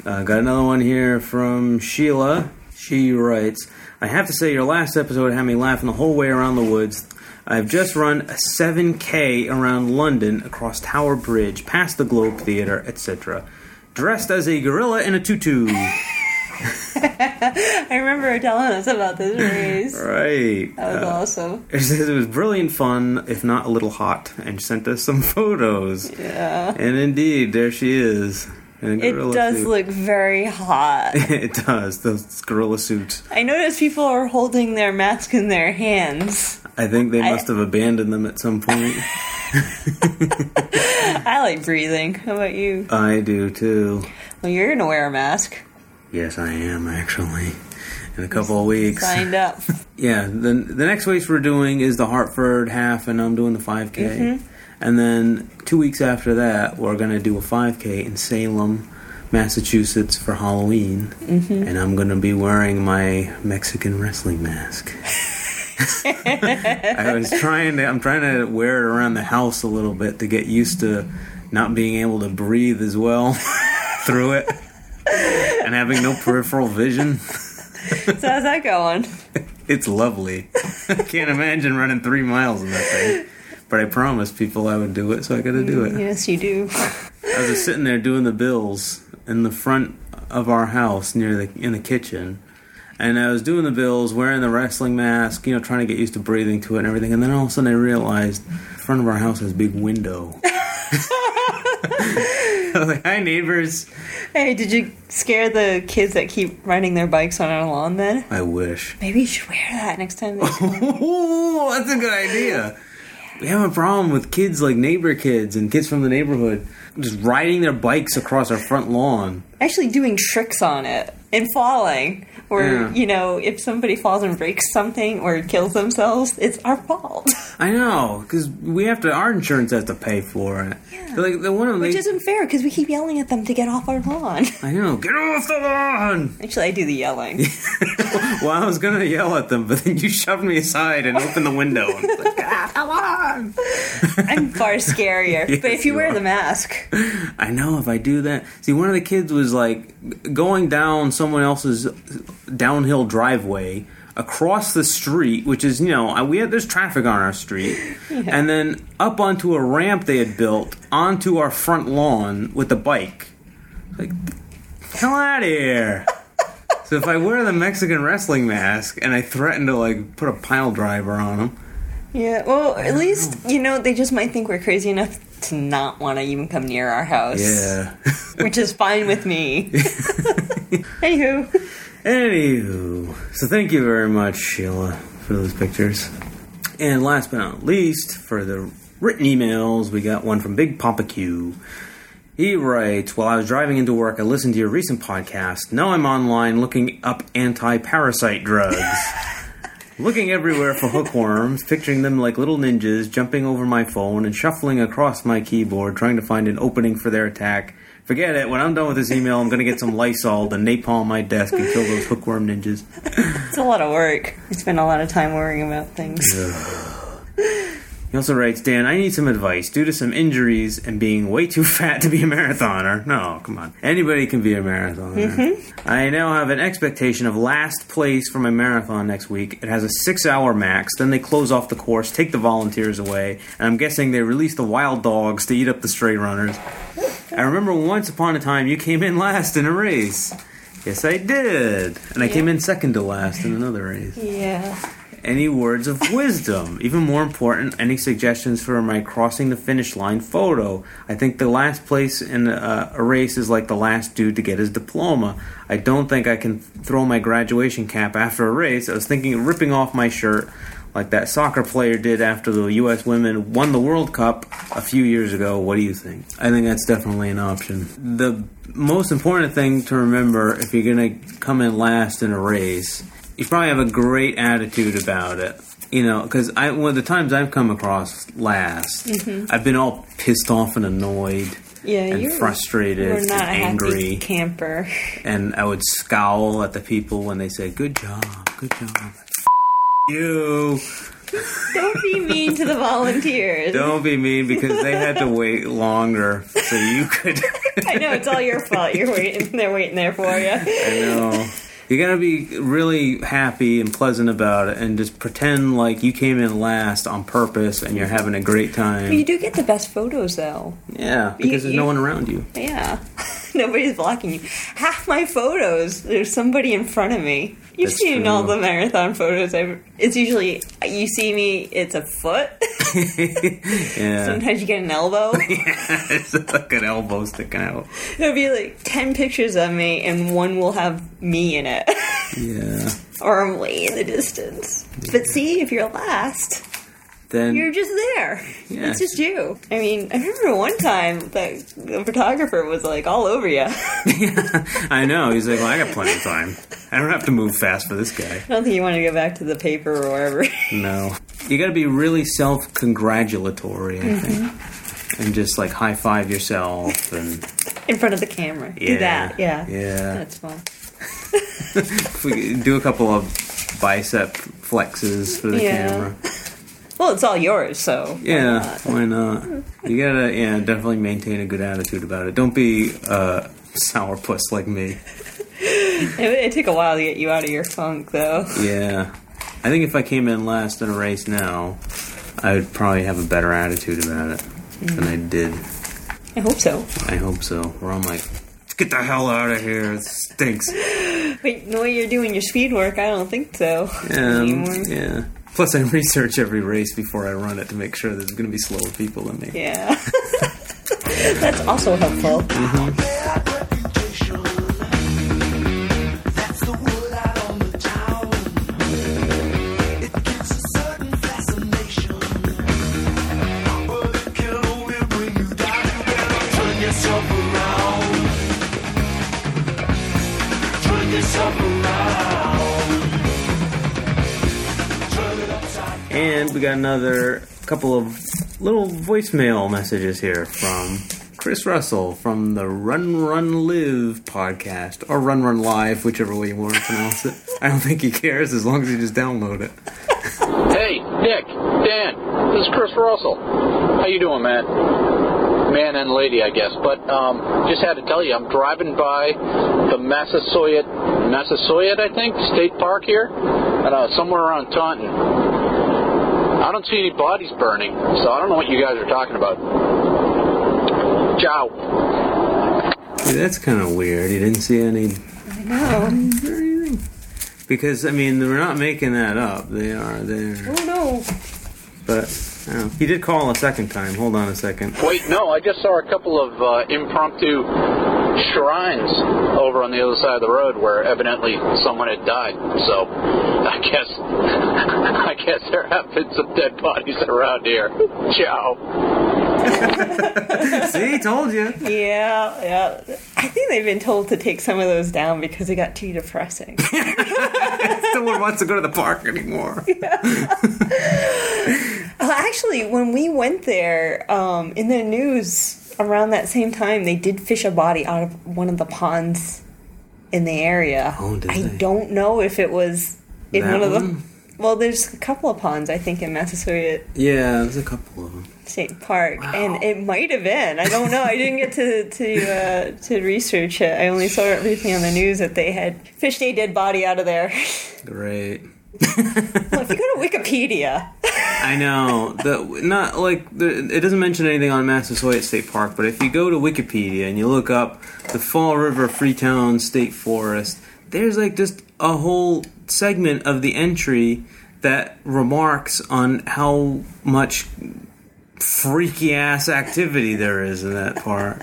[SPEAKER 5] Uh, got another one here from Sheila. She writes, I have to say, your last episode had me laughing the whole way around the woods. I've just run a 7K around London across Tower Bridge, past the Globe Theatre, etc., dressed as a gorilla in a tutu.
[SPEAKER 4] I remember her telling us about this race.
[SPEAKER 5] right.
[SPEAKER 4] That was
[SPEAKER 5] Uh,
[SPEAKER 4] awesome.
[SPEAKER 5] It says it was brilliant fun, if not a little hot, and sent us some photos.
[SPEAKER 4] Yeah.
[SPEAKER 5] And indeed, there she is. in a
[SPEAKER 4] It
[SPEAKER 5] gorilla
[SPEAKER 4] does
[SPEAKER 5] suit.
[SPEAKER 4] look very hot.
[SPEAKER 5] it does. The gorilla suit.
[SPEAKER 4] I noticed people are holding their mask in their hands.
[SPEAKER 5] I think they
[SPEAKER 4] I-
[SPEAKER 5] must have abandoned them at some point.
[SPEAKER 4] I like breathing. How about you?
[SPEAKER 5] I do too.
[SPEAKER 4] Well, you're gonna wear a mask.
[SPEAKER 5] Yes, I am actually. In a couple of weeks.
[SPEAKER 4] Signed up.
[SPEAKER 5] Yeah. The the next race we're doing is the Hartford half, and I'm doing the 5K.
[SPEAKER 4] Mhm.
[SPEAKER 5] And then two weeks after that, we're gonna do a 5K in Salem, Massachusetts for Halloween,
[SPEAKER 4] Mhm.
[SPEAKER 5] and I'm gonna be wearing my Mexican wrestling mask. I was trying to. I'm trying to wear it around the house a little bit to get used to not being able to breathe as well through it, and having no peripheral vision.
[SPEAKER 4] So how's that going?
[SPEAKER 5] It's lovely. I can't imagine running three miles in that thing. But I promised people I would do it, so I got to do it.
[SPEAKER 4] Yes, you do.
[SPEAKER 5] I was just sitting there doing the bills in the front of our house near the in the kitchen, and I was doing the bills, wearing the wrestling mask, you know, trying to get used to breathing to it and everything. And then all of a sudden, I realized the front of our house has a big window. I was like, "Hi, neighbors."
[SPEAKER 4] Hey, did you scare the kids that keep riding their bikes on our lawn? Then
[SPEAKER 5] I wish.
[SPEAKER 4] maybe you should wear that next time.
[SPEAKER 5] oh, that's a good idea. We have a problem with kids like neighbor kids and kids from the neighborhood just riding their bikes across our front lawn.
[SPEAKER 4] Actually, doing tricks on it and falling, or
[SPEAKER 5] Yeah.
[SPEAKER 4] you know, if somebody falls and breaks something or kills themselves, it's our fault,
[SPEAKER 5] I know, because we have to. Our insurance has to pay for it. Like the one of
[SPEAKER 4] which
[SPEAKER 5] the.
[SPEAKER 4] isn't fair because we keep yelling at them to get off our lawn.
[SPEAKER 5] I know. Get off the lawn.
[SPEAKER 4] Actually, I do the yelling.
[SPEAKER 5] Well, I was gonna yell at them, but then you shoved me aside and opened the window.
[SPEAKER 4] Come on! I'm far scarier.
[SPEAKER 5] Yes,
[SPEAKER 4] but if you,
[SPEAKER 5] you
[SPEAKER 4] wear
[SPEAKER 5] are.
[SPEAKER 4] the mask,
[SPEAKER 5] I know if I do that. See, one of the kids was like going down someone else's downhill driveway across the street, which is you know I- we had, there's traffic on our street, and then up onto a ramp they had built onto our front lawn with the bike. Like, hell out of here. So if I wear the Mexican wrestling mask and I threaten to like put a pile driver on him,
[SPEAKER 4] yeah. Well, at least you know they just might think we're crazy enough to not want to even come near our house.
[SPEAKER 5] yeah.
[SPEAKER 4] which is fine with me. Anywho,
[SPEAKER 5] Anywho, so thank you very much, Sheila, for those pictures. And last but not least, for the written emails, we got one from Big Papa Q. He writes, While I was driving into work, I listened to your recent podcast. Now I'm online looking up anti parasite drugs. Looking everywhere for hookworms, picturing them like little ninjas jumping over my phone and shuffling across my keyboard, trying to find an opening for their attack. Forget it. When I'm done with this email, I'm going to get some Lysol to napalm my desk and kill those hookworm ninjas.
[SPEAKER 4] it's a lot of work. We spend a lot of time worrying about things.
[SPEAKER 5] He also writes, Dan, I need some advice. Due to some injuries and being way too fat to be a marathoner. No, come on. Anybody can be a marathoner. I now have an expectation of last place for my marathon next week. It has a six hour max. Then they close off the course, take the volunteers away, and I'm guessing they release the wild dogs to eat up the stray runners. I remember once upon a time you came in last in a race. Yes, I did. And I came in second to last in another race
[SPEAKER 4] Yeah.
[SPEAKER 5] any words of wisdom. Even more important, any suggestions for my crossing the finish line photo. I think the last place in a, a race is like the last dude to get his diploma. I don't think I can throw my graduation cap after a race. I was thinking of ripping off my shirt like that soccer player did after the U.S. women won the World Cup a few years ago. What do you think? I think that's definitely an option. The most important thing to remember if you're going to come in last in a race, you probably have a great attitude about it. You know, because I one of the times I've come across last,
[SPEAKER 4] Mhm.
[SPEAKER 5] I've been all pissed off and annoyed
[SPEAKER 4] Yeah,
[SPEAKER 5] and
[SPEAKER 4] you're
[SPEAKER 5] frustrated
[SPEAKER 4] We're not
[SPEAKER 5] and
[SPEAKER 4] a
[SPEAKER 5] angry,
[SPEAKER 4] happy camper.
[SPEAKER 5] and I would scowl at the people when they say, "Good job, good job." You.
[SPEAKER 4] Don't be mean to the volunteers.
[SPEAKER 5] Don't be mean because they had to wait longer so you could.
[SPEAKER 4] I know it's all your fault. You're waiting. They're waiting there for you.
[SPEAKER 5] I know. You gotta be really happy and pleasant about it and just pretend like you came in last on purpose and you're having a great
[SPEAKER 4] But you
[SPEAKER 5] time.
[SPEAKER 4] do get the best photos though.
[SPEAKER 5] Yeah,
[SPEAKER 4] you-
[SPEAKER 5] because there's no
[SPEAKER 4] you-
[SPEAKER 5] one around you.
[SPEAKER 4] Yeah. Nobody's blocking you. Half my photos, there's somebody in front of me. You've
[SPEAKER 5] That's
[SPEAKER 4] seen
[SPEAKER 5] true.
[SPEAKER 4] all the marathon photos. I've, it's usually you see me. It's a foot.
[SPEAKER 5] Yeah.
[SPEAKER 4] Sometimes you get an elbow.
[SPEAKER 5] it's like an elbow sticking out.
[SPEAKER 4] There'll be like 10 pictures of me, and one will have me in it.
[SPEAKER 5] Yeah.
[SPEAKER 4] or I'm way in the distance. But see, if you're last,
[SPEAKER 5] Then.
[SPEAKER 4] you're just there.
[SPEAKER 5] Yeah.
[SPEAKER 4] It's just you. I mean, I remember one time that the photographer was like all over you. I
[SPEAKER 5] I know. He's like, well, I got plenty of time. I don't have to move fast for this guy.
[SPEAKER 4] don't think you want to go back to the paper or wherever.
[SPEAKER 5] No. You gotta be really self congratulatory, I
[SPEAKER 4] Mm-hmm.
[SPEAKER 5] think. And just like high five yourself and
[SPEAKER 4] In front of the camera.
[SPEAKER 5] Yeah.
[SPEAKER 4] Do that. Yeah.
[SPEAKER 5] Yeah.
[SPEAKER 4] That's fun.
[SPEAKER 5] we do a couple of bicep flexes for the
[SPEAKER 4] Yeah.
[SPEAKER 5] camera.
[SPEAKER 4] Well, it's all yours, so.
[SPEAKER 5] Yeah, why not? You gotta, yeah, definitely maintain a good attitude about it. Don't be uh, sourpuss like me.
[SPEAKER 4] It, it took a while to get you out of your funk, though.
[SPEAKER 5] Yeah, I think if I came in last in a race now, I would probably have a better attitude about it than I did.
[SPEAKER 4] I hope so.
[SPEAKER 5] I hope so. We're all like, get the hell out of here. It stinks.
[SPEAKER 4] Wait, the way you're doing your speed work, I don't think so.
[SPEAKER 5] Um,
[SPEAKER 4] anymore.
[SPEAKER 5] yeah. Plus, I research every race before I run it to make sure there's going to be slower people than me.
[SPEAKER 4] Yeah. That's also helpful.
[SPEAKER 5] Mm-hmm.
[SPEAKER 9] Yourself around. Turn yourself around. Turn it upside
[SPEAKER 5] And we got another couple of little voicemail messages here from Chris Russell from the Run Run Live podcast, or Run Run Live, whichever way you want to pronounce it. I don't think he cares as long as you just download it.
[SPEAKER 3] Hey, Nick, Dan, this is Chris Russell. How you doing, man? Man and lady, I guess. But um, just had to tell you, I'm driving by the Massasoit, Massasoit, I think, State Park here, and uh, somewhere around Taunton. I don't see any bodies burning, so I don't know what you guys are talking about. Ciao.
[SPEAKER 5] Yeah, that's kind of weird. You didn't see any.
[SPEAKER 4] I know.
[SPEAKER 5] Because, I mean, we're not making that up. They are there.
[SPEAKER 4] Oh no.
[SPEAKER 5] But, I don't know. He did call a second time. Hold on a second.
[SPEAKER 3] Wait, no, I just saw a couple of uh, impromptu shrines over on the other side of the road where evidently someone had died. So I guess I guess there have been some dead bodies around here. Ciao.
[SPEAKER 5] See, told you.
[SPEAKER 4] Yeah, yeah. I think they've been told to take some of those down because they got too depressing.
[SPEAKER 5] Someone wants to go to the park anymore.
[SPEAKER 4] Well, actually, when we went there, um, in the news around that same time, they did fish a body out of one of the ponds in the area.
[SPEAKER 5] Oh, did
[SPEAKER 4] I
[SPEAKER 5] they?
[SPEAKER 4] don't know if it was in
[SPEAKER 5] That
[SPEAKER 4] one of
[SPEAKER 5] one?
[SPEAKER 4] them. Well, there's a couple of ponds, I think, in Massasoit
[SPEAKER 5] Yeah, there's a couple of them.
[SPEAKER 4] State Park, and it might have been. I don't know. I didn't get to to uh, to research it. I only saw it recently on the news that they had fished a dead body out of there.
[SPEAKER 5] Great.
[SPEAKER 4] well, if you go to Wikipedia,
[SPEAKER 5] I know the not like the, it doesn't mention anything on Massasoit State Park, but if you go to Wikipedia and you look up the Fall River Freetown State Forest, there's like just a whole segment of the entry that remarks on how much freaky ass activity there is in that park.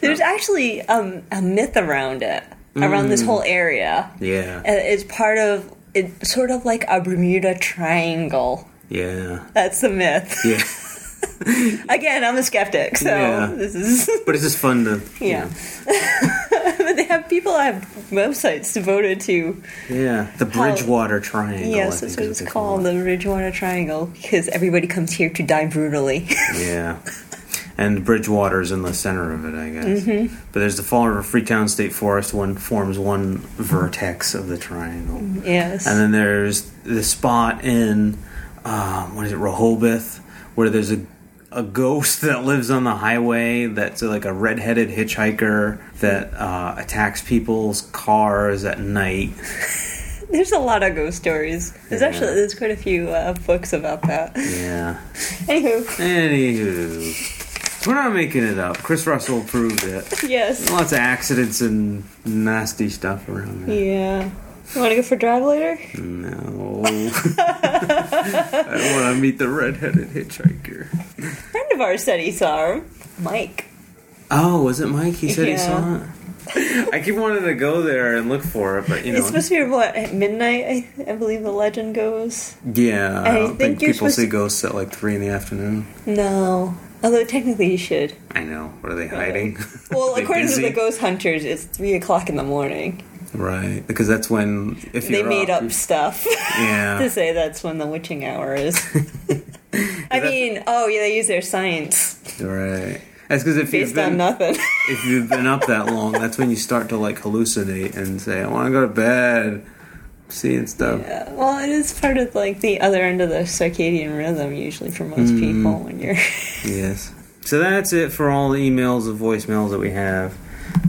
[SPEAKER 4] there's actually um, a myth around it, around this
[SPEAKER 5] Mm.
[SPEAKER 4] whole area.
[SPEAKER 5] Yeah,
[SPEAKER 4] Uh, It's part of it's sort of like a Bermuda Triangle.
[SPEAKER 5] yeah,
[SPEAKER 4] That's the myth.
[SPEAKER 5] yeah.
[SPEAKER 4] Again, I'm a skeptic, so
[SPEAKER 5] Yeah.
[SPEAKER 4] this is
[SPEAKER 5] But it's just fun to
[SPEAKER 4] yeah. but they have people have websites devoted to
[SPEAKER 5] yeah the Bridgewater Triangle. I
[SPEAKER 4] yes,
[SPEAKER 5] think
[SPEAKER 4] that's
[SPEAKER 5] is
[SPEAKER 4] what
[SPEAKER 5] what
[SPEAKER 4] it's
[SPEAKER 5] they call
[SPEAKER 4] called, the Ridgewater Triangle, because everybody comes here to die brutally.
[SPEAKER 5] Yeah. And Bridgewater's in the center of it, I guess.
[SPEAKER 4] Mhm.
[SPEAKER 5] But there's the Fall River Freetown State Forest, one forms one vertex of the triangle.
[SPEAKER 4] yes.
[SPEAKER 5] And then there's the spot in, uh, what is it, Rehoboth, where there's a, a ghost that lives on the highway that's like a redheaded hitchhiker that uh, attacks people's cars at night.
[SPEAKER 4] There's a lot of ghost stories. There's
[SPEAKER 5] Yeah.
[SPEAKER 4] actually there's quite a few uh, books about that.
[SPEAKER 5] Yeah.
[SPEAKER 4] Anywho,
[SPEAKER 5] Anywho, we're not making it up. Chris Russell proved it.
[SPEAKER 4] yes.
[SPEAKER 5] Lots of accidents and nasty stuff around there.
[SPEAKER 4] Yeah. You want to go for a drive later?
[SPEAKER 5] No. I don't want to meet the redheaded hitchhiker.
[SPEAKER 4] A friend of ours said he saw him. Mike.
[SPEAKER 5] Oh, was it Mike? He said he saw
[SPEAKER 4] Yeah.
[SPEAKER 5] it. I keep wanting to go there and look for it, but you know.
[SPEAKER 4] It's supposed to be what at midnight, I, I believe the legend goes.
[SPEAKER 5] yeah, I
[SPEAKER 4] I
[SPEAKER 5] don't think,
[SPEAKER 4] think you're
[SPEAKER 5] people
[SPEAKER 4] supposed
[SPEAKER 5] see
[SPEAKER 4] to-
[SPEAKER 5] ghosts at like 3 in the afternoon.
[SPEAKER 4] No, although technically you should.
[SPEAKER 5] I know. What are they hiding?
[SPEAKER 4] Well,
[SPEAKER 5] They
[SPEAKER 4] according to
[SPEAKER 5] busy?
[SPEAKER 4] the ghost hunters, it's three o'clock in the morning.
[SPEAKER 5] Right. Because that's when, if
[SPEAKER 4] they
[SPEAKER 5] you're
[SPEAKER 4] made
[SPEAKER 5] up,
[SPEAKER 4] up stuff
[SPEAKER 5] Yeah.
[SPEAKER 4] to say that's when the witching hour is. I mean, oh yeah, they use their science
[SPEAKER 5] Right. That's because if you've
[SPEAKER 4] based on
[SPEAKER 5] been
[SPEAKER 4] nothing.
[SPEAKER 5] if you've been up that long, that's when you start to like hallucinate and say, "I want to go to bed." seeing stuff.
[SPEAKER 4] Yeah, well, it is part of like the other end of the circadian rhythm usually for most
[SPEAKER 5] Mm.
[SPEAKER 4] people when you're.
[SPEAKER 5] Yes. So that's it for all the emails and voicemails that we have.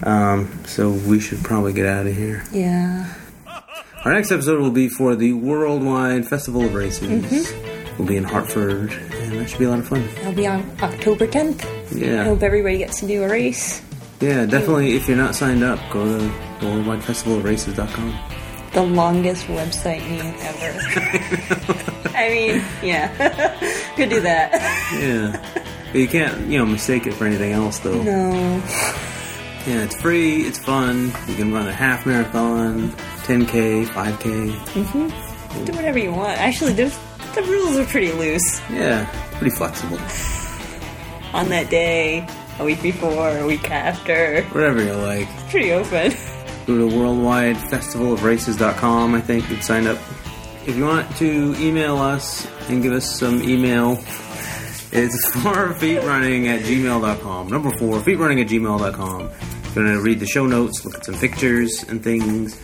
[SPEAKER 5] Um, so we should probably get out of here.
[SPEAKER 4] Yeah.
[SPEAKER 5] Our next episode will be for the Worldwide Festival of Races. We'll be in Hartford, and that should be a lot of fun.
[SPEAKER 4] It'll be on October 10th.
[SPEAKER 5] Yeah.
[SPEAKER 4] I hope everybody gets to do a race.
[SPEAKER 5] Yeah, definitely. If you're not signed up, go to worldwidefestivalofraces.com.
[SPEAKER 4] The longest website name ever. I mean, yeah. Could do that.
[SPEAKER 5] Yeah. but you can't, you know, mistake it for anything else, though.
[SPEAKER 4] No.
[SPEAKER 5] Yeah, it's free. It's fun. You can run a half marathon, 10k, 5k.
[SPEAKER 4] hmm Do whatever you want. Actually, there's, the rules are pretty loose.
[SPEAKER 5] Yeah, pretty flexible.
[SPEAKER 4] On that day, a week before, a week after.
[SPEAKER 5] Whatever you like.
[SPEAKER 4] It's pretty open.
[SPEAKER 5] go to worldwidefestivalofraces.com. I think you can sign up. If you want to email us and give us some email, it's for feetrunning at gmail.com. Number four, feetrunning at gmail.com. If you want to read the show notes, look at some pictures and things,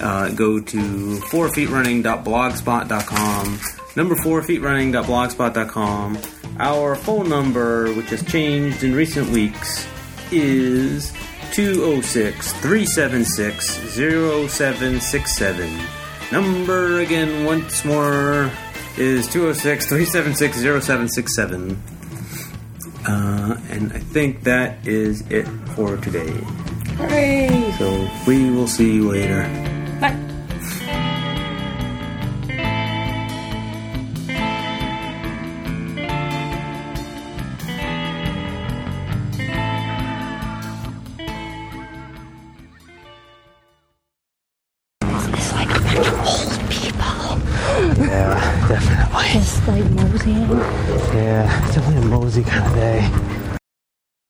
[SPEAKER 5] uh, go to fourfeetrunning.blogspot.com. Number four, feetrunning.blogspot.com. Our phone number, which has changed in recent weeks, is 206 376 0767. Number again, once more, is 206 376 0767. Uh, and I think that is it for today.
[SPEAKER 4] Hooray!
[SPEAKER 5] So we will see you later.
[SPEAKER 4] Bye.
[SPEAKER 7] Yeah, definitely.
[SPEAKER 13] Just like moseying.
[SPEAKER 7] Yeah, definitely a mosey kind of day.